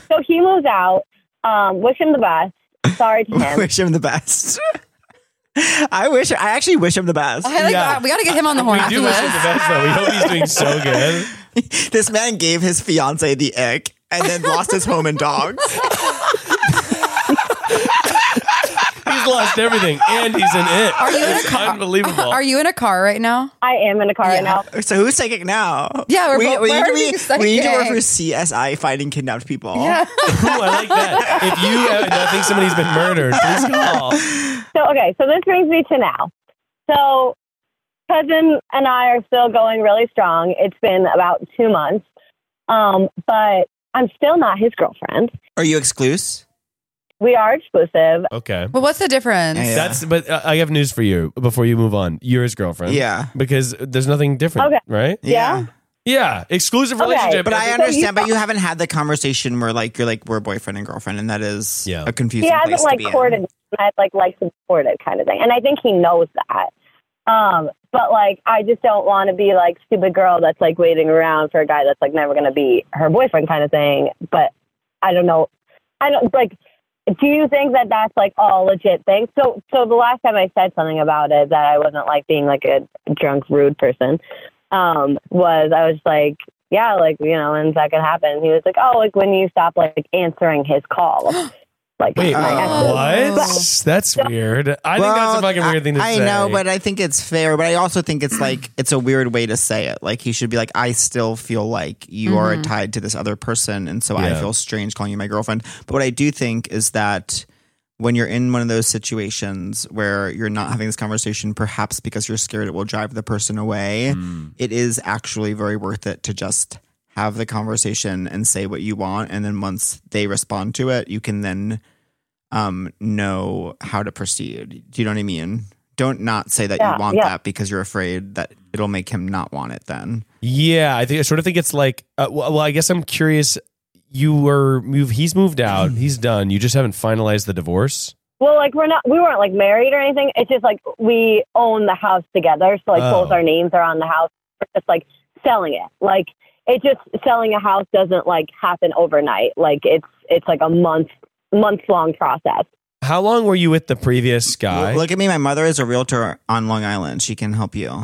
so he moves out. Um, wish him the best. Sorry [LAUGHS] to [LAUGHS] him. wish him the best. [LAUGHS] I wish. I actually wish him the best. I like Yeah. that. We got to get him on the horn we after do wish him the this. best, though. We hope he's doing so [LAUGHS] good. this man gave his fiance the ick and then lost his home and dogs. He's lost everything, and he's an it. Are you in a it's unbelievable. Are you in a car right now? I am in a car Yeah. right now. So who's psychic now? Yeah, we're we, both- we we're need to already be- psychic. we need to work for CSI finding kidnapped people. Yeah. Ooh, I like that. If you have, I think somebody's been murdered, please [LAUGHS] call. So okay, so this brings me to now. So cousin and I are still going really strong. It's been about two months, um, but I'm still not his girlfriend. Are you exclusive? We are exclusive. Okay. Well, what's the difference? Yeah. That's. But uh, I have news for you before you move on. You're his girlfriend. Yeah. Because there's nothing different, Okay. right? Yeah. Yeah. Exclusive Okay. relationship. But I you understand, but thought- you haven't had the conversation where like you're like we're boyfriend and girlfriend, and that is Yeah. a confusing. He hasn't place to like be in. courted me. and I'd like like to court it kind of thing. And I think he knows that. Um, but like I just don't want to be like stupid girl that's like waiting around for a guy that's like never gonna be her boyfriend kind of thing. But I don't know. I don't like. Do you think that that's like all legit thing? So, so the last time I said something about it that I wasn't like being like a drunk, rude person, um, was I was like, yeah, like you know, when's that gonna happen? He was like, oh, like when you stop like answering his call, like Wait, my ex- Oh. what? That's weird. I think that's a fucking weird thing to I, say. I know, but I think it's fair. But I also think it's like it's a weird way to say it. Like he should be like, I still feel like you are tied to this other person, and so Yeah. I feel strange calling you my girlfriend. But what I do think is that when you're in one of those situations where you're not having this conversation, perhaps because you're scared it will drive the person Mm. away, it is actually very worth it to just have the conversation and say what you want, and then once they respond to it, you can then um know how to proceed. Do you know what I mean? Don't not say that Yeah, you want yeah. that because you're afraid that it'll make him not want it then. Yeah, I think I sort of think it's like. Uh, well, well, I guess I'm curious. You were move. He's moved out. He's done. You just haven't finalized the divorce. Well, like we're not, we weren't like married or anything. It's just like we own the house together, so like Oh. both our names are on the house. We're just like selling it. Like it just selling a house doesn't like happen overnight. Like it's it's like a month month long process. How long were you with the previous guy? [LAUGHS] Look at me. My mother is a realtor on Long Island. She can help you.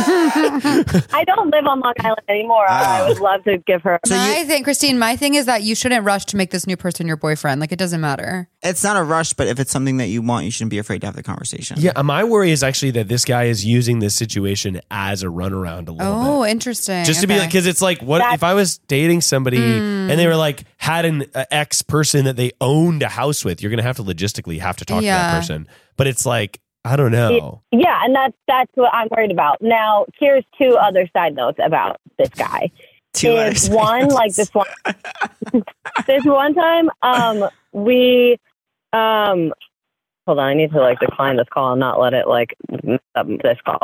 I don't live on Long Island anymore. I would love to give her. Ah. So you- my thing, Christine, my thing is that you shouldn't rush to make this new person your boyfriend. Like it doesn't matter. It's not a rush, but if it's something that you want, you shouldn't be afraid to have the conversation. Yeah, uh, my worry is actually that this guy is using this situation as a runaround a little bit. Oh, interesting. just to be Okay. like because it's like what if i was dating somebody and they Mm. were like had an uh, ex person that they owned a house with you're gonna have to logistically have to talk to Yeah. that person but it's like i don't know Yeah, and that's that's what I'm worried about. Now, here's two other side notes about this guy. Two is other one sides. like this one this one time um we um hold on i need to like decline this call and not let it like mess up this call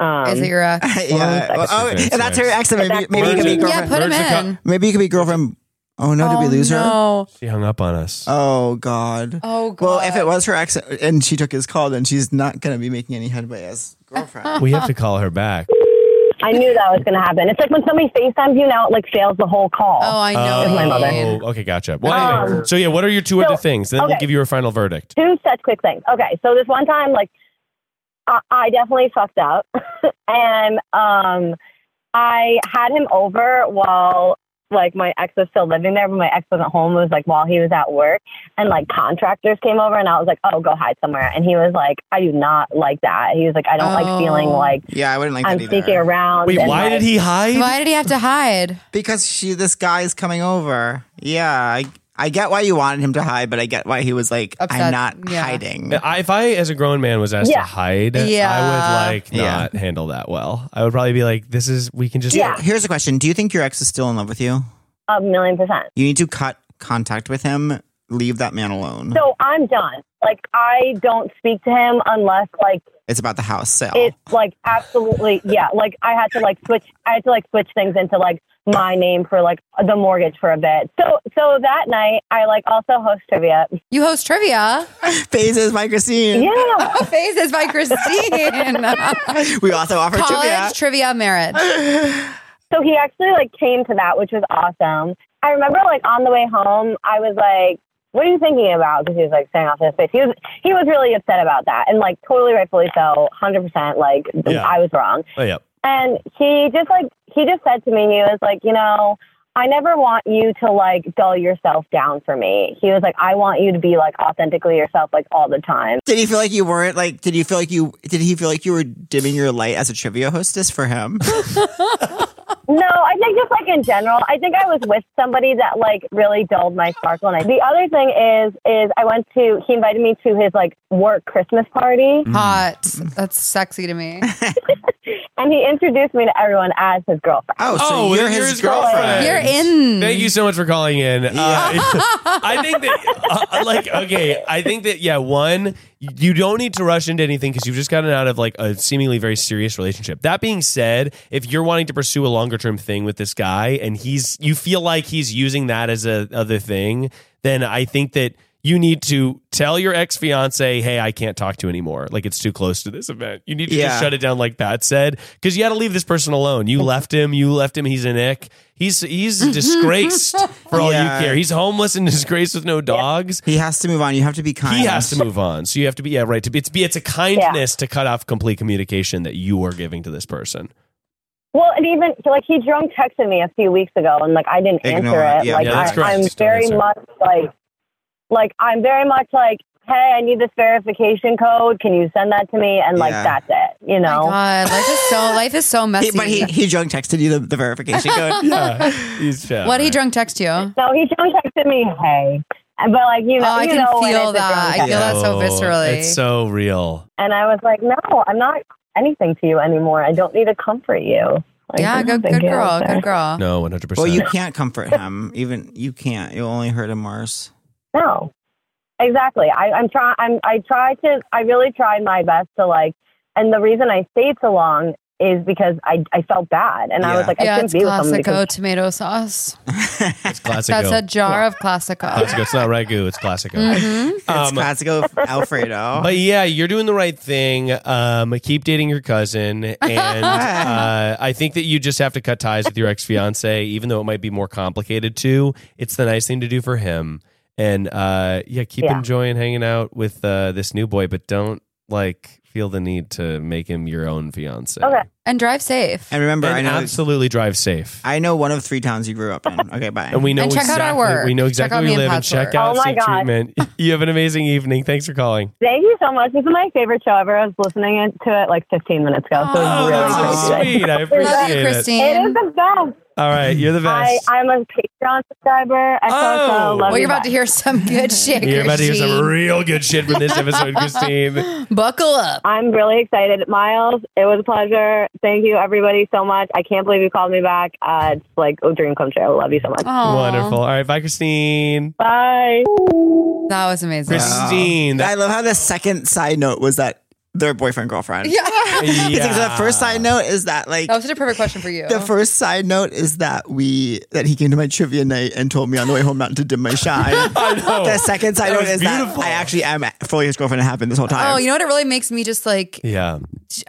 um Is it your uh, [LAUGHS] yeah. Well, Oh, that's- and that's her ex. Maybe, that's- maybe you could be Virgin. yeah? girlfriend. Put him Where's the co- in. maybe you could be girlfriend. Oh no, did we lose her? no. she hung up on us Oh god. Oh god. Well, if it was her ex and she took his call, then she's not going to be making any headway as [LAUGHS] girlfriend. we have to call her back i knew that was gonna happen it's like when somebody facetimes you now it like fails the whole call Oh, [LAUGHS] I know. my what you mother. Um, mean. oh, okay gotcha well anyway, so yeah what are your two so- other things then we'll okay. give you a final verdict two such quick things. Okay, so this one time, like, I, I definitely fucked up, [LAUGHS] and um, I had him over while like my ex was still living there, but my ex wasn't home. It was like while he was at work, and like contractors came over, and I was like, "Oh, go hide somewhere," and he was like, "I do not like that." He was like, "I don't like feeling Oh. like." Yeah, I wouldn't like I'm that either. sneaking around. wait and, why like- did he hide Why did he have to hide? Because she, this guy's coming over. Yeah, I, I get why you wanted him to hide, but I get why he was like, I'm Upset. not Yeah. hiding. I, if I, as a grown man, was asked Yeah. to hide, Yeah. I would like Yeah. not handle that well. I would probably be like, "This is we can just Yeah. Here's a question: Do you think your ex is still in love with you? A million percent. You need to cut contact with him. Leave that man Hmm. alone. So I'm done. Like I don't speak to him unless like it's about the house sale. it's like absolutely yeah like i had to like switch i had to like switch things into like my name for like the mortgage for a bit so so that night i like also host trivia You host trivia. [LAUGHS] Phases by Christine. yeah Phases by [LAUGHS] Christine. We also offer trivia. College trivia marriage. so he actually like came to that which was awesome i remember like on the way home i was like what are you thinking about? Because he was like staring off in space. He was he was really upset about that, and like totally rightfully so, hundred percent. Like Yeah. I was wrong. Oh yeah, And he just like he just said to me, he was like, you know, I never want you to like dull yourself down for me. He was like, I want you to be like authentically yourself like all the time. Did he feel like you weren't like? Did you feel like you? Did he feel like you were dimming your light as a trivia hostess for him? No, I think just like in general, I think I was with somebody that like really dulled my sparkle. And I, the other thing is, is I went to he invited me to his like work Christmas party, Hmm. Hot. That's sexy to me. and he introduced me to everyone as his girlfriend. [LAUGHS] Oh, so Oh, you're then his, you're his girlfriend. girlfriend. You're in. Thank you so much for calling in. Uh, [LAUGHS] I think that, uh, like, okay, I think that, yeah, one, you don't need to rush into anything because you've just gotten out of like a seemingly very serious relationship. That being said, if you're wanting to pursue a longer term thing with this guy and he's, you feel like he's using that as a other thing, then I think that. You need to tell your ex fiance, hey, I can't talk to you anymore. Like, it's too close to this event. You need to Yeah. just shut it down, like Pat said, because you had to leave this person alone. You left him. You left him. He's an ick. He's [LAUGHS] he's disgraced for all Yeah. you care. He's homeless and [LAUGHS] disgraced with no dogs. He has to move on. You have to be kind. He has to move on. So you have to be yeah right to be it's be it's a kindness to cut off complete communication that you are giving to [LAUGHS] this person. Well, and even like he drunk texted me a few weeks ago, and like I didn't Ignore answer it. it. Yeah, like yeah, that's correct. I, I'm Just don't very answer. much like, like I'm very much like, hey, I need this verification code. Can you send that to me? And like Yeah. that's it. You Oh my know. God, life is so life is so messy. He- but he he drunk texted you the, the verification [LAUGHS] code. Yeah, he's yeah, what did he right. drunk text you? Oh, So he drunk texted me, hey, And- but like you know, I you can know when feel it's a drunk that. I text. feel that so Oh, viscerally. It's so real. And I was like, no, I'm not anything to you anymore. I don't need to comfort you. Like, yeah, I'm good, thinking good girl, about good girl. No, one hundred [LAUGHS] Well, percent. you can't comfort him. Even you can't. You'll only hurt him worse. [LAUGHS] that. No, exactly. I, I'm trying. I'm. I try to. I really tried my best to like. And the reason I stayed so long is because I I felt bad, and I Yeah. was like, I Yeah, it's shouldn't be with someone because classico tomato sauce. [LAUGHS] It's classic. That's a Mm-hmm. jar of classico. [LAUGHS] classico. It's not ragu. It's classico. It's classical Alfredo. Um, [LAUGHS] But yeah, you're doing the right thing. Um, keep dating [LAUGHS] your cousin, and uh, I think that you just have to cut ties with your ex fiance, even though it might be more complicated too. It's the nice thing to do for him, and uh, yeah, keep Yeah. enjoying hanging out with uh, this new boy, but don't like feel the need to make him your own fiance. Oh. Okay. And drive safe. And remember, And I know absolutely drive safe. I know one of three towns you grew up in. Okay, bye. And we know And check out exactly, our work. We know Check exactly out where me and you live and Pat's check work. out Oh my Safe God. Treatment. [LAUGHS] You have an amazing evening. Thanks for calling. Thank you so much. This is my favorite show ever. I was listening to it like 15 minutes ago. So Oh, it that's was really so crazy. sweet. I Love appreciate you, it. Christine. It is the best. All right. You're the I, best. I'm a Patreon subscriber. XOXO. Oh. Love Well, well, you you're about guys. to hear some [LAUGHS] good shit. You're about to hear some Christine. real good shit from [LAUGHS] this episode, Christine. Buckle up. I'm really excited. Miles, it was a pleasure. Thank you, everybody, so much. I can't believe you called me back. Uh, it's like a dream come true. Love you so much. Aw. Wonderful. All right. Bye, Christine. Bye. That was amazing. Christine. I love how the second side note was that their boyfriend girlfriend. [LAUGHS] Yeah. Because the first side note is that like That was such a perfect question for you. Uh-huh. the first side note is that we that he came to my trivia night and told me on the way home not to dim my shine. [LAUGHS] I know. The second side That note was is beautiful. that I actually am fully his girlfriend. It happened this whole time. Oh, you know what? It really makes me just like, Yeah.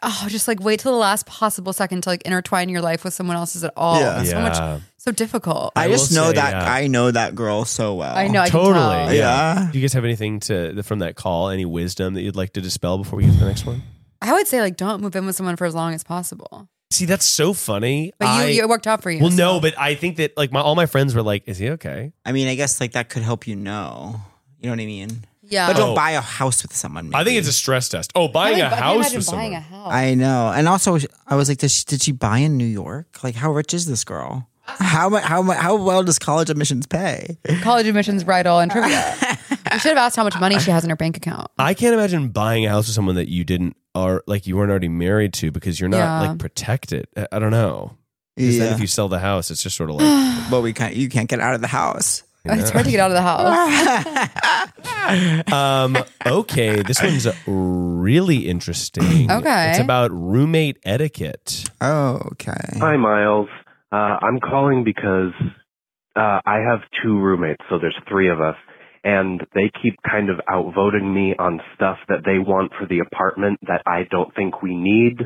oh, just like wait till the last possible second to like intertwine your life with someone else's at all. Yeah. It's So Yeah. much, so difficult. I, I just will know say, that yeah. I know that girl so well. I know. I can tell. Totally. Yeah. Do you guys have anything to from that call? Any wisdom that you'd like to dispel before we get to the next one? I would say like don't move in with someone for as long as possible. See, that's so funny. But I- you, it worked out for you. well, so. no, but I think that like my all my friends were like, "Is he okay?" I mean, I guess like that could help you know. You know what I mean? yeah, But don't Oh. buy a house with someone. I think maybe. it's a stress test. Oh, I buying mean, a I can't house imagine with buying someone. a house. I know. And also, I was like, did she, did she buy in New York? Like, how rich is this girl? How much? How much? How well does college admissions pay? College admissions, bridal, and [LAUGHS] trivia. you should have asked how much money she has in her bank account. I can't imagine buying a house with someone that you didn't are like you weren't already married to because you're not Yeah. like protected. I, I don't know. Because then if you sell the house, it's just sort [SIGHS] of like but we can't. You can't get out of the [LAUGHS] house. [LAUGHS] It's hard to get out of the house. um okay, this one's really interesting. [CLEARS THROAT] Okay. It's about roommate etiquette. Oh, okay. Hi, Miles. Uh, I'm calling because uh, I have two roommates, so there's three of us, and they keep kind of outvoting me on stuff that they want for the apartment that I don't think we need,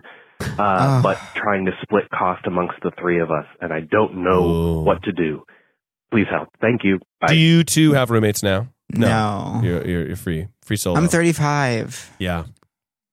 uh, Oh. but trying to split cost amongst the three of us, and I don't know Ooh. what to do. Please help. Thank you. Bye. Oh. Do you two have roommates now? No, You're, you're, you're free. Free solo. I'm [LAUGHS] 35. Yeah,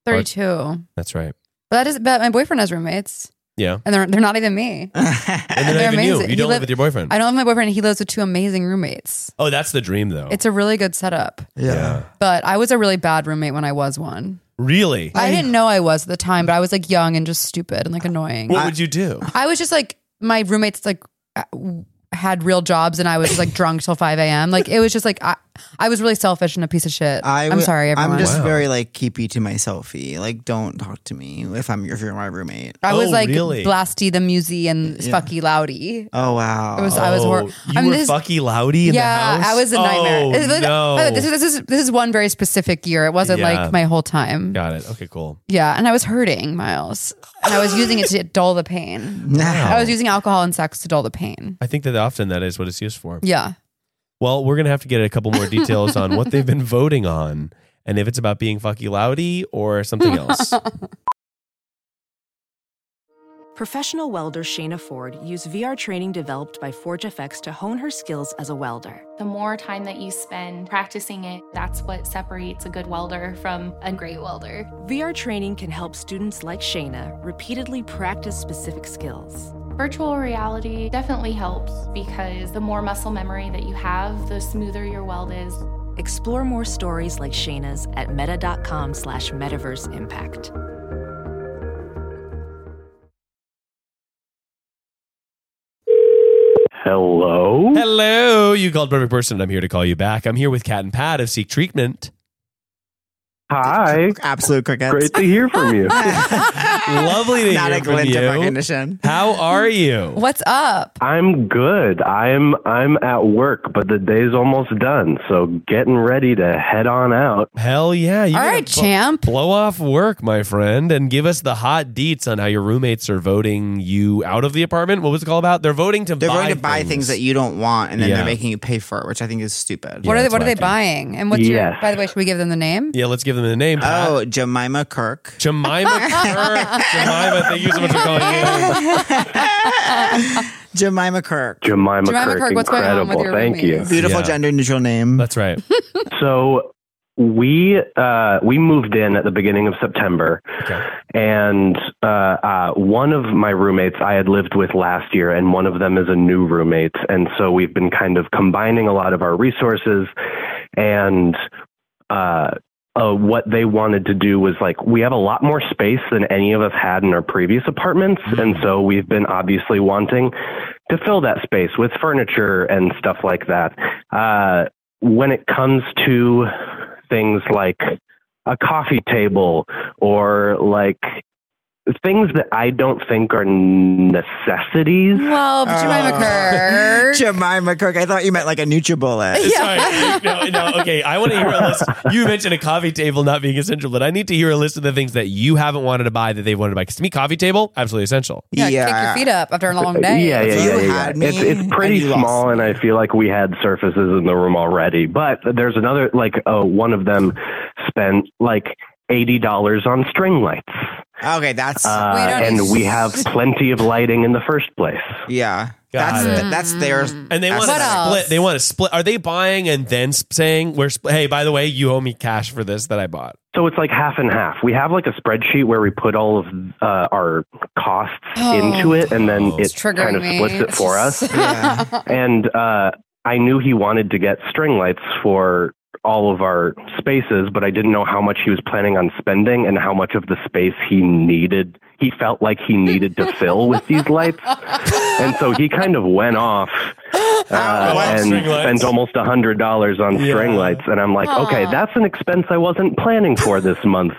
Thirty-two. that's right. But that is. But my boyfriend has roommates, Yeah. and they're they're not even me. And then They're even you. You amazing. don't You live live- with your boyfriend. I don't have my boyfriend. and He lives with two amazing roommates. oh, that's the dream, though. It's a really good setup. yeah. But I was a really bad roommate when I was one. Really? I didn't know I was at the time, but I was like young and just stupid and like annoying. what would you do? I was just like my roommates like uh, w- had real jobs and I was just like drunk till five a.m. Like it was just like I, I was really selfish and a piece of shit. I i w- I'm sorry, everyone. I'm just Wow. very like keepy to myselfy. Like, don't talk to me if I'm if you're my roommate. I was Oh, like really? Blasty the Musy and Yeah. Fucky Loudy. Oh wow. It was- I was hor- Oh, You I mean, were this- fucky loudy in yeah, the house. I was a Oh, nightmare. This is- by the no. way, This, is, this is this is one very specific year. It wasn't Yeah. like my whole time. Got it. Okay, cool. Yeah, and I was hurting Miles, and I was using it to dull the pain. Wow. I was using alcohol and sex to dull the pain. I think that often that is what it's used for. Yeah. Well, we're gonna have to get a couple more details on what they've been voting on, and if it's about being fucky loudy or [LAUGHS] something else. Professional welder Shayna Ford used VR training developed by ForgeFX to hone her skills as a welder. The more time that you spend practicing it, that's what separates a good welder from a great welder. VR training can help students like Shayna repeatedly practice specific skills. Virtual reality definitely helps because the more muscle memory that you have, the smoother your weld is. Explore more stories like Shayna's at meta.com slash metaverse impact. Hello? Hello, you called perfect person. and I'm here to call you back. I'm here with Cat and Pat of Seek Treatment. Hi. Absolute crickets. Great to hear from [LAUGHS] you. Lovely to Not hear a from glint of you. recognition. How are you? What's up? I'm good. I'm I'm at work, but the day's almost done, so getting ready to head on out. Hell yeah. You All gotta right, bl- champ. Blow off work, my friend, and give us the hot deets on how your roommates are voting you out of the apartment. What was it called about? They're voting to They're buy going to buy things. that you don't want, and then Yeah. they're making you pay for it, which I think is stupid. What Yeah, are they? that's What are they wacky. buying? And what's your? Yes. By the way, should we give them the name? Yeah, let's give them the name. Pat. Oh, Jemima [LAUGHS] Kirk. [LAUGHS] Jemima Kirk. Jemima, thank you so much for calling in. Jemima Kirk. Jemima, Jemima Kirk, what's going on with incredible. your Thank you. roommates? Beautiful Yeah. gender neutral name. That's right. So we uh, we moved in at the beginning of September, Okay. and uh, uh, one of my roommates I had lived with last year, and one of them is a new roommate, and so we've been kind of combining a lot of our resources, and uh, uh, what they wanted to do was like we have a lot more space than any of us had in our previous apartments, and so we've been obviously wanting to fill that space with furniture and stuff like that. Uh, when it comes to things like a coffee table or like things that I don't think are necessities. Oh, Well, Oh. Jemima [LAUGHS] Kirk. [LAUGHS] Jemima Cook. I thought you meant like a NutriBullet. [LAUGHS] Sorry. No, no, okay. I want to hear a list. You mentioned a coffee table not being essential, but I need to hear a list of the things that you haven't wanted to buy that they've wanted to buy. Because to me, coffee table, absolutely essential. yeah, kick your feet up after a long day. Yeah, yeah, If yeah, you yeah, had yeah. It's me, it's pretty I'd be lost. small, and I feel like we had surfaces in the room already. But there's another, like uh, one of them spent like eighty dollars on string lights, Okay, that's uh, We don't- and we have plenty of lighting in the first place. yeah. That's it. th- that's Mm. their And they want What to else? split. They want to split. Are they buying and then sp- saying, "We're spl- hey, by the way, you owe me cash for this that I bought." So it's like half and half. We have like a spreadsheet where we put all of uh, our costs Oh. into it, and then It's it triggering kind of me. splits it It's for just- [LAUGHS] us. and uh, I knew he wanted to get string lights for all of our spaces, but I didn't know how much he was planning on spending and how much of the space he needed. He felt like he needed to fill with these lights, and so he kind of went off. Uh, Wow, and string lights. spent almost a hundred dollars on Yeah. string lights, and I'm like, okay, that's an expense I wasn't planning for this month.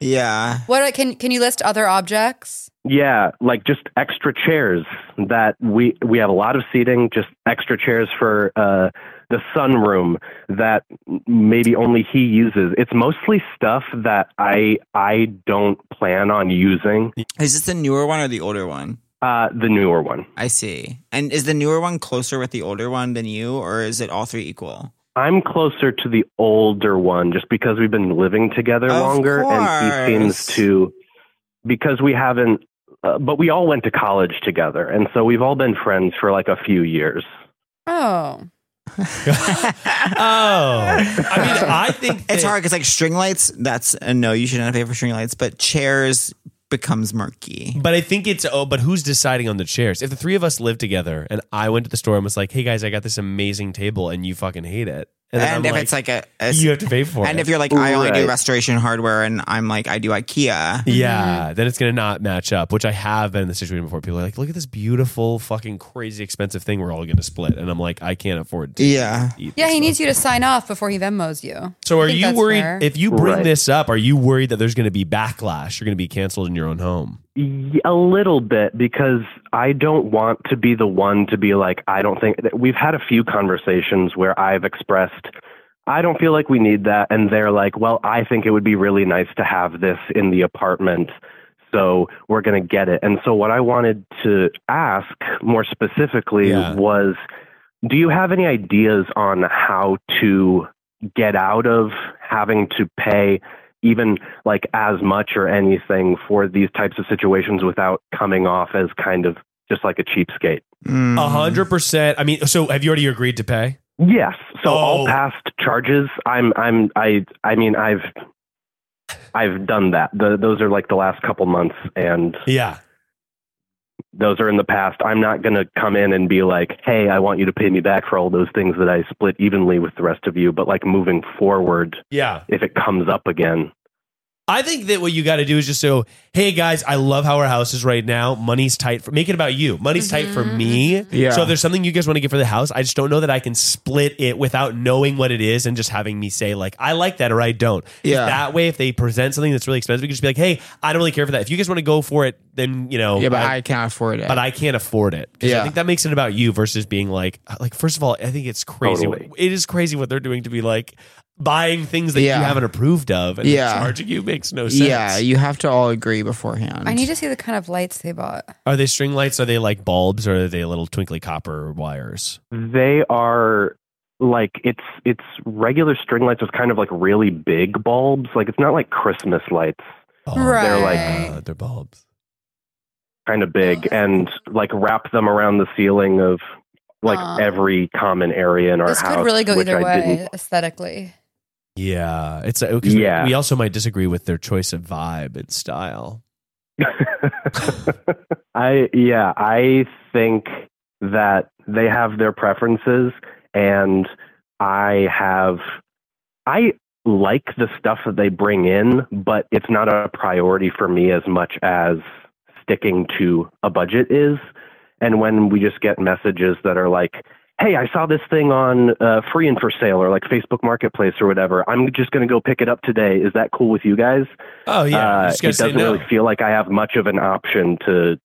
yeah. What uh, can can you list other objects? Yeah, like just extra chairs that we we have a lot of seating, just extra chairs for uh the sunroom that maybe only he uses. It's mostly stuff that I I don't plan on using. Is this the newer one or the older one? Uh the newer one. I see. And is the newer one closer with the older one than you, or is it all three equal? I'm closer to the older one just because we've been living together Of longer and he seems course. to because we haven't uh, but we all went to college together and so we've all been friends for like a few years. Oh, [LAUGHS] oh, I mean, [LAUGHS] I think It's that- hard because like string lights. That's a no. You shouldn't pay for string lights, but chairs becomes murky. But I think it's oh, but who's deciding on the chairs? If the three of us live together and I went to the store and was like, "Hey guys, I got this amazing table and you fucking hate it," And, then I'm if it's like a, a- you have to pay for and it, if you're like I only do Right. restoration hardware, and I'm like I do IKEA. mm-hmm. yeah, then it's gonna not match up. Which I have been in the situation before. People are like, "Look at this beautiful, fucking crazy expensive thing we're all gonna split," and I'm like, "I can't afford to." Yeah. eat yeah. He this stuff." needs you to sign off before he Venmos you. So I are think you that's worried fair. if you bring Right. this up? Are you worried that there's going to be backlash? You're going to be canceled in your own home. Y- A little bit because I don't want to be the one to be like, I don't think that we've had a few conversations where I've expressed, I don't feel like we need that. And they're like, well, I think it would be really nice to have this in the apartment. So we're going to get it. And so what I wanted to ask more specifically Yeah. was, do you have any ideas on how to get out of having to pay even like as much or anything for these types of situations without coming off as kind of just like a cheapskate. Mm. A hundred percent. I mean, so have you already agreed to pay? Yes. So Oh. all past charges, I'm I'm I I mean I've I've done that. The, those are like the last couple months and Yeah. those are in the past. I'm not going to come in and be like, "Hey, I want you to pay me back for all those things that I split evenly with the rest of you." But like moving forward, Yeah. if it comes up again, I think that what you got to do is just so, hey guys, I love how our house is right now. Money's tight for make it about you. Money's tight for me. Yeah. So if there's something you guys want to get for the house, I just don't know that I can split it without knowing what it is and just having me say like I like that or I don't. Yeah. That way, if they present something that's really expensive, we can just be like, hey, I don't really care for that. If you guys want to go for it, then you know. I- can't afford it. but I can't afford it. 'Cause I Yeah. think that makes it about you versus being like, uh, like first of all, I think it's crazy. Totally. It is crazy what they're doing to be like buying things that Yeah. you haven't approved of and Yeah. charging you makes no sense. yeah, you have to all agree beforehand. I need to see the kind of lights they bought. Are they string lights? Are they like bulbs? Or are they little twinkly copper wires? they are like it's it's regular string lights with kind of like really big bulbs. Like it's not like Christmas lights, Oh, They're like- Right. Uh, they're bulbs. kind of big, and like wrap them around the ceiling of like Aw. every common area in our This house. could really go which either I didn't- way aesthetically. Yeah, it's uh, 'cause Yeah. We also might disagree with their choice of vibe and [LAUGHS] style. I yeah, I think that they have their preferences and I have I like the stuff that they bring in, but it's not a priority for me as much as sticking to a budget is. And when we just get messages that are like, "Hey, I saw this thing on uh, Free and for Sale or like Facebook Marketplace or whatever. I'm just going to go pick it up today. Is that cool with you guys?" Oh yeah, uh, I'm it just gonna say doesn't no. really feel like I have much of an option to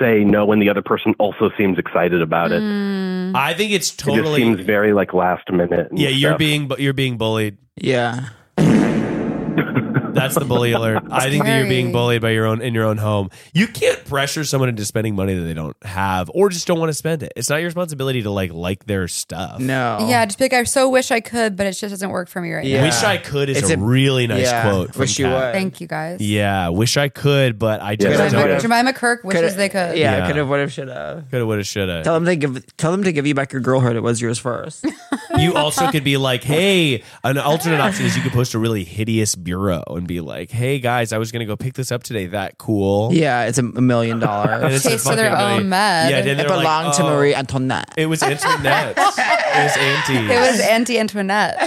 say no when the other person also seems excited about it. Mm. I think it's It just totally. seems very like last minute. and yeah, you're stuff. being bu- you're being bullied. Yeah. That's the bully [LAUGHS] alert. I think that you're being Scary. bullied by your own in your own home. You can't pressure someone into spending money that they don't have or just don't want to spend it. It's not your responsibility to like like their stuff. No. Yeah, just be like, I so wish I could, but it just doesn't work for me right Yeah. now. Wish I could is It's a, a- really nice yeah, quote. From wish you Pat. would. Thank you guys. Yeah, wish I could, but I just Yeah, Coulda, don't. woulda. Jemima, Jemima Kirk wishes they could. Yeah, Yeah. could have, would have, should have. Coulda, woulda, shoulda. Tell them to give. Tell them to give you back your girlhood. It was yours first. You [LAUGHS] also could be like, hey, an alternate option is you could post a really hideous bureau and be like, hey guys, I was gonna go pick this up today. That cool. [LAUGHS] yeah, it's a million And dollars. it's a Taste for their fucking own really- med. Yeah, then It they're like, belonged to oh, Marie Antoinette. It was Antoinette. it was Auntie. [LAUGHS] It was Auntie Antoinette. [LAUGHS]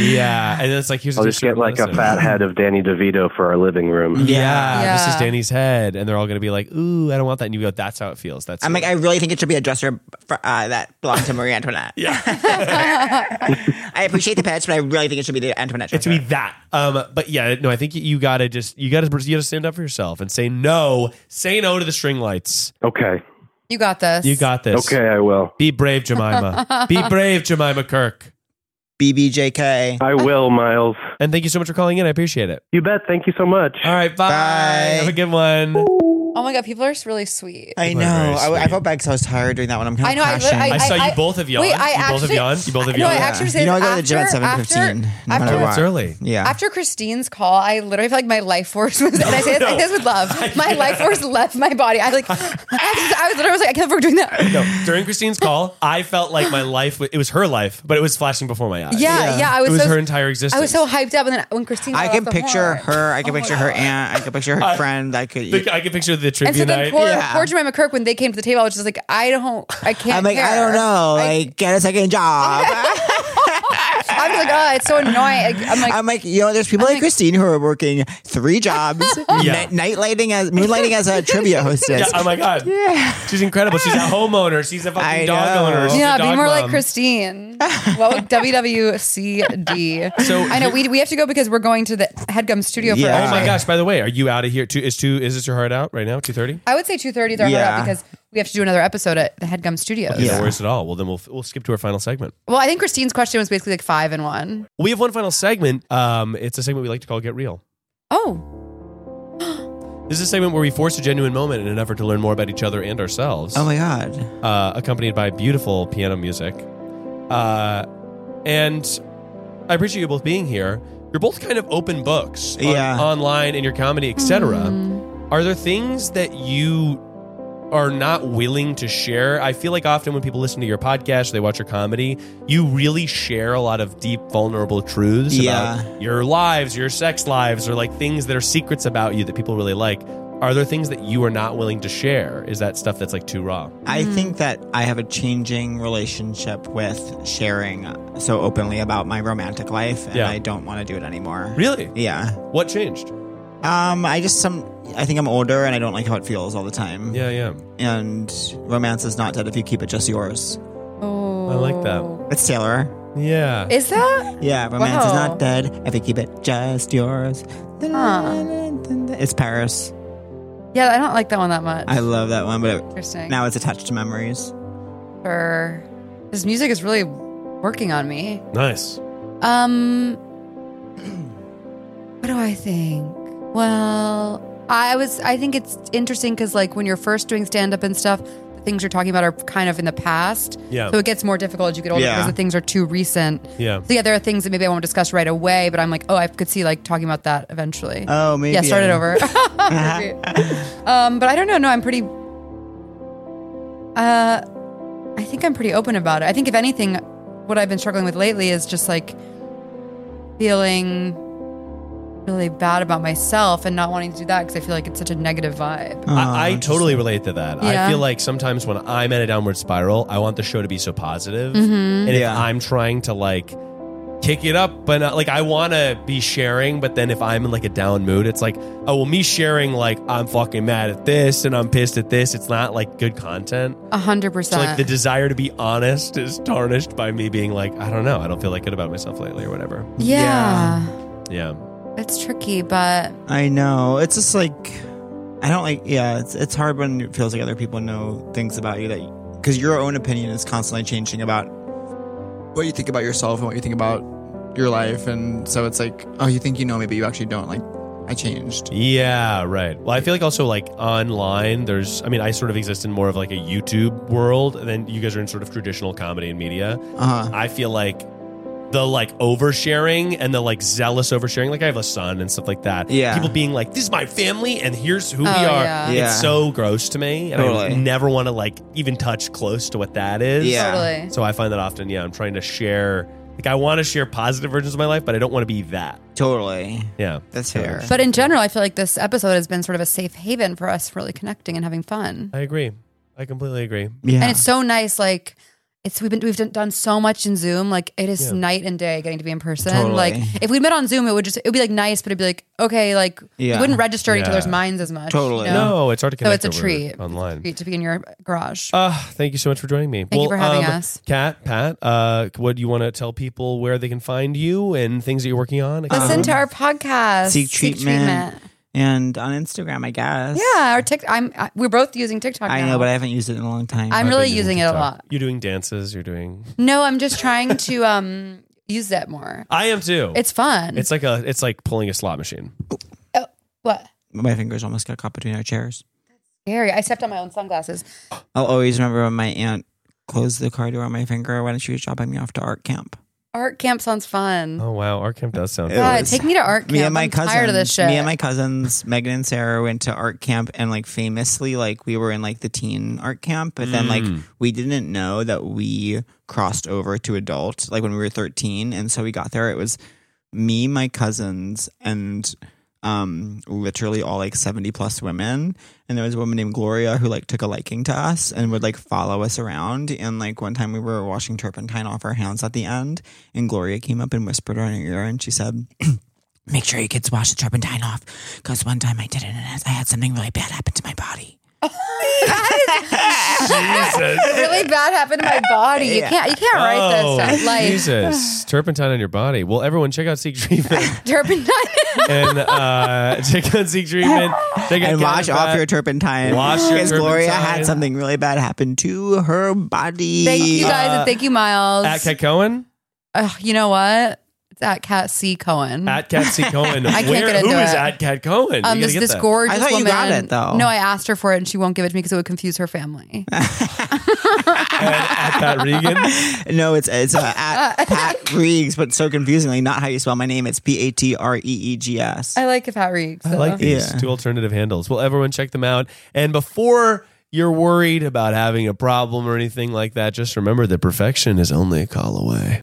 yeah. And it's like here's I'll a just get like a distribution. fat head of Danny DeVito for our living room. Yeah, Yeah. this is Danny's head, and they're all gonna be like, "Ooh, I don't want that." And you go, "That's how it feels." That's I'm it." like, I really think it should be a dresser for, uh, that belonged to Marie Antoinette. yeah. [LAUGHS] I appreciate the patch, but I really think it should be the Antoinette. It's dresser. me that. Um, but yeah, no, I think you- you gotta just you gotta you gotta stand up for yourself and say no, say no to the string lights. Okay. You got this. You got this. Okay, I will. Be brave, Jemima. [LAUGHS] Be brave, Jemima Kirk. BBJK. I will, Miles. And thank you so much for calling in. I appreciate it. You bet. Thank you so much. All right, bye. Bye. Have a good one. Oh my god, people are really sweet. I People know. are very I, I sweet. felt bad because I was tired doing that one. I'm kind of I know, I crashing. literally- I, saw I- you both have yawned. wait, I you both have actually- yawned. You both [LAUGHS] have No, I yawned. actually said you know, I go to the gym at after- seven fifteen. No after- matter Oh, it's what. early. Yeah. After Christine's call, I literally felt like my life force was, and I [LAUGHS] say this, No. I say this with love. My life force left my body. I [LAUGHS] like, I, just- I was literally like, I can't believe we're doing that. No, during Christine's call, I felt like my life. wa- It was her life, but it was flashing before my eyes. Yeah, yeah, I was, it was so, her entire existence. Oh I was so hyped up, and then when Christine, I got can off the picture horn- her. I can picture her aunt. I can picture her friend. I could. The- I can picture the And trivia so then night. poor, Yeah. poor Jemima Kirk, when they came to the table, I was just like, I don't, I can't. I'm like, I care. don't know. Like, get a second job. I'm just like, oh, it's so annoying. Like, I'm like, I'm like, you know, there's people like, Christine who are working three jobs, Yeah. ni- night lighting as moonlighting as a trivia hostess. Yeah, oh my god, she's [LAUGHS] incredible. She's a homeowner. She's a fucking I dog know. owner. She's yeah, a be dog more like [LAUGHS] mom. Christine. well, WWCD. So I know we we have to go because we're going to the Headgum Studio for. Yeah. Oh a- my gosh! By the way, are you out of here? Two is two. Is this your heart out right now? Two thirty. I would say two thirty is our Yeah. yeah. because we have to do another episode at the Headgum Studios. No Yeah. worries at all. Well, then we'll we'll skip to our final segment. Well, I think Christine's question was basically like five and one. We have one final segment. Um, it's a segment we like to call "Get Real." Oh, This is a segment where we force a genuine moment in an effort to learn more about each other and ourselves. Oh my god. uh, accompanied by beautiful piano music. Uh, and I appreciate you both being here. You're both kind of open books, on- Yeah. online in your comedy, etc. Are there things that you are not willing to share? I feel like often when people listen to your podcast, they watch your comedy, you really share a lot of deep, vulnerable truths Yeah. about your lives, your sex lives, or like things that are secrets about you that people really like. Are there things that you are not willing to share? Is that stuff that's like too raw? I think that I have a changing relationship with sharing so openly about my romantic life, and Yeah. I don't want to do it anymore. Really? Yeah. What changed? Um. I just some. I think I'm older, and I don't like how it feels all the time. Yeah, yeah. And romance is not dead if you keep it just yours. oh, I like that. It's Taylor. Yeah. Is that? Yeah, romance is Wow. not dead if you keep it just yours. It's Paris. Yeah, I don't like that one that much. I love that one, but it, Interesting. now it's attached to memories. Or- this music is really working on me. nice. Um, [CLEARS THROAT] what do I think? Well, I was. I think it's interesting because, like, when you're first doing stand up and stuff, the things you're talking about are kind of in the past. Yeah. So it gets more difficult as you get older Yeah. because the things are too recent. Yeah. So yeah, there are things that maybe I won't discuss right away, but I'm like, oh, I could see like talking about that eventually. Oh, maybe. yeah, start it I- over. [LAUGHS] Maybe. um, but I don't know. No, I'm pretty. Uh, I think I'm pretty open about it. I think if anything, what I've been struggling with lately is just like feeling really bad about myself and not wanting to do that because I feel like it's such a negative vibe. I, I Oh, totally relate to that. I Yeah. feel like sometimes when I'm at a downward spiral, I want the show to be so positive. And if Yeah. I'm trying to like kick it up, but not, like I want to be sharing, but then if I'm in like a down mood, it's like, oh, well, me sharing, like I'm fucking mad at this and I'm pissed at this. It's not like good content. A hundred So like percent. the desire to be honest is tarnished by me being like, I don't know, I don't feel like good about myself lately or whatever. Yeah. Yeah. It's tricky, but I know. It's just like I don't like. Yeah, it's it's hard when it feels like other people know things about you that because your own opinion is constantly changing about what you think about yourself and what you think about your life, and so it's like, oh, you think you know me, but you actually don't. Like, I changed. Yeah, right. Well, I feel like also like online, there's, I mean, I sort of exist in more of like a YouTube world, and then you guys are in sort of traditional comedy and media. Uh huh. I feel like the like oversharing and the like zealous oversharing, like I have a son and stuff like that. Yeah. People being like, this is my family and here's who we Oh, are. yeah. Yeah. It's so gross to me. And I Totally. never want to like even touch close to what that is. Yeah. totally. So I find that often, yeah, I'm trying to share, like, I want to share positive versions of my life, but I don't want to be that. Totally. Yeah. That's Yeah. fair. But in general, I feel like this episode has been sort of a safe haven for us really connecting and having fun. I agree. I completely agree. yeah. And it's so nice, like it's we've been we've done- done so much in Zoom. Like it is Yeah. night and day getting to be in person. Totally. Like if we met on Zoom, it would just it would be like nice, but it'd be like okay, like Yeah. we wouldn't register in each Yeah. other's minds as much. Totally. you know? No, it's hard to So connect. it's a over treat. online. Great to be in your garage. Uh, thank you so much for joining me. um, Thank you for having us. Kat, Pat, uh, what do you want to tell people where they can find you and things that you're working on? Um, Listen to our podcast. Seek treatment. and on Instagram, I guess. Yeah, our TikTok. I'm. I, we're both using TikTok. I now. know, but I haven't used it in a long time. I'm I've really been using it a TikTok. lot. You're doing dances. You're doing. No, I'm just trying to um use that more. I am too. It's fun. Oh. Oh, it's like a it's like pulling a slot machine. what? My fingers almost got caught between our chairs. Scary. I stepped on my own sunglasses. I'll always remember when my aunt closed the car door on my finger when she was dropping me off to art camp. Art camp sounds fun. Oh wow, art camp does sound. It fun. God, was- take me to art camp. Me and my I'm cousins, tired of this shit. me and [LAUGHS] my cousins, Megan and Sarah, went to art camp, and like famously, like we were in like the teen art camp, but then like we didn't know that we crossed over to adult, like when we were thirteen, and so we got there. It was me, my cousins, and um literally all like 70 plus women and there was a woman named gloria who like took a liking to us and would like follow us around and like one time we were washing turpentine off our hands at the end and gloria came up and whispered in our ear and she said make sure your kids wash the turpentine off because one time i did it and i had something really bad happen to my body [LAUGHS] really bad happened to my body. You can't. You can't write Oh, this stuff. Like [LAUGHS] [SIGHS] Jesus, turpentine on your body. Well, everyone, check out Seek Treatment [LAUGHS] turpentine. and uh, check out Seek Treatment. Check out and wash Kat off Pat. your turpentine Wash your because gloria turpentine. had something really bad happen to her body thank you guys and thank you, Miles. at Kat Cohen. Ugh, you know what? It's at Cat C Cohen. At Kat C. Cohen. Mm-hmm. I can't Where, get into who is it. at Kat Cohen? um, You gotta this get this that. gorgeous I thought you woman. got it, though. No, I asked her for it and she won't give it to me because it would confuse [LAUGHS] her family. And [LAUGHS] at Pat [GASPS] Regan. no it's it's uh, [LAUGHS] at pat Reegs, but so confusingly not how you spell my name it's E p-a-t-r-e-e-g-s I like if at Reeks. I [LAUGHS] like these Yeah. two alternative handles. Well, everyone check them out. And before you're worried about having a problem or anything like that, just remember that perfection is only a call away.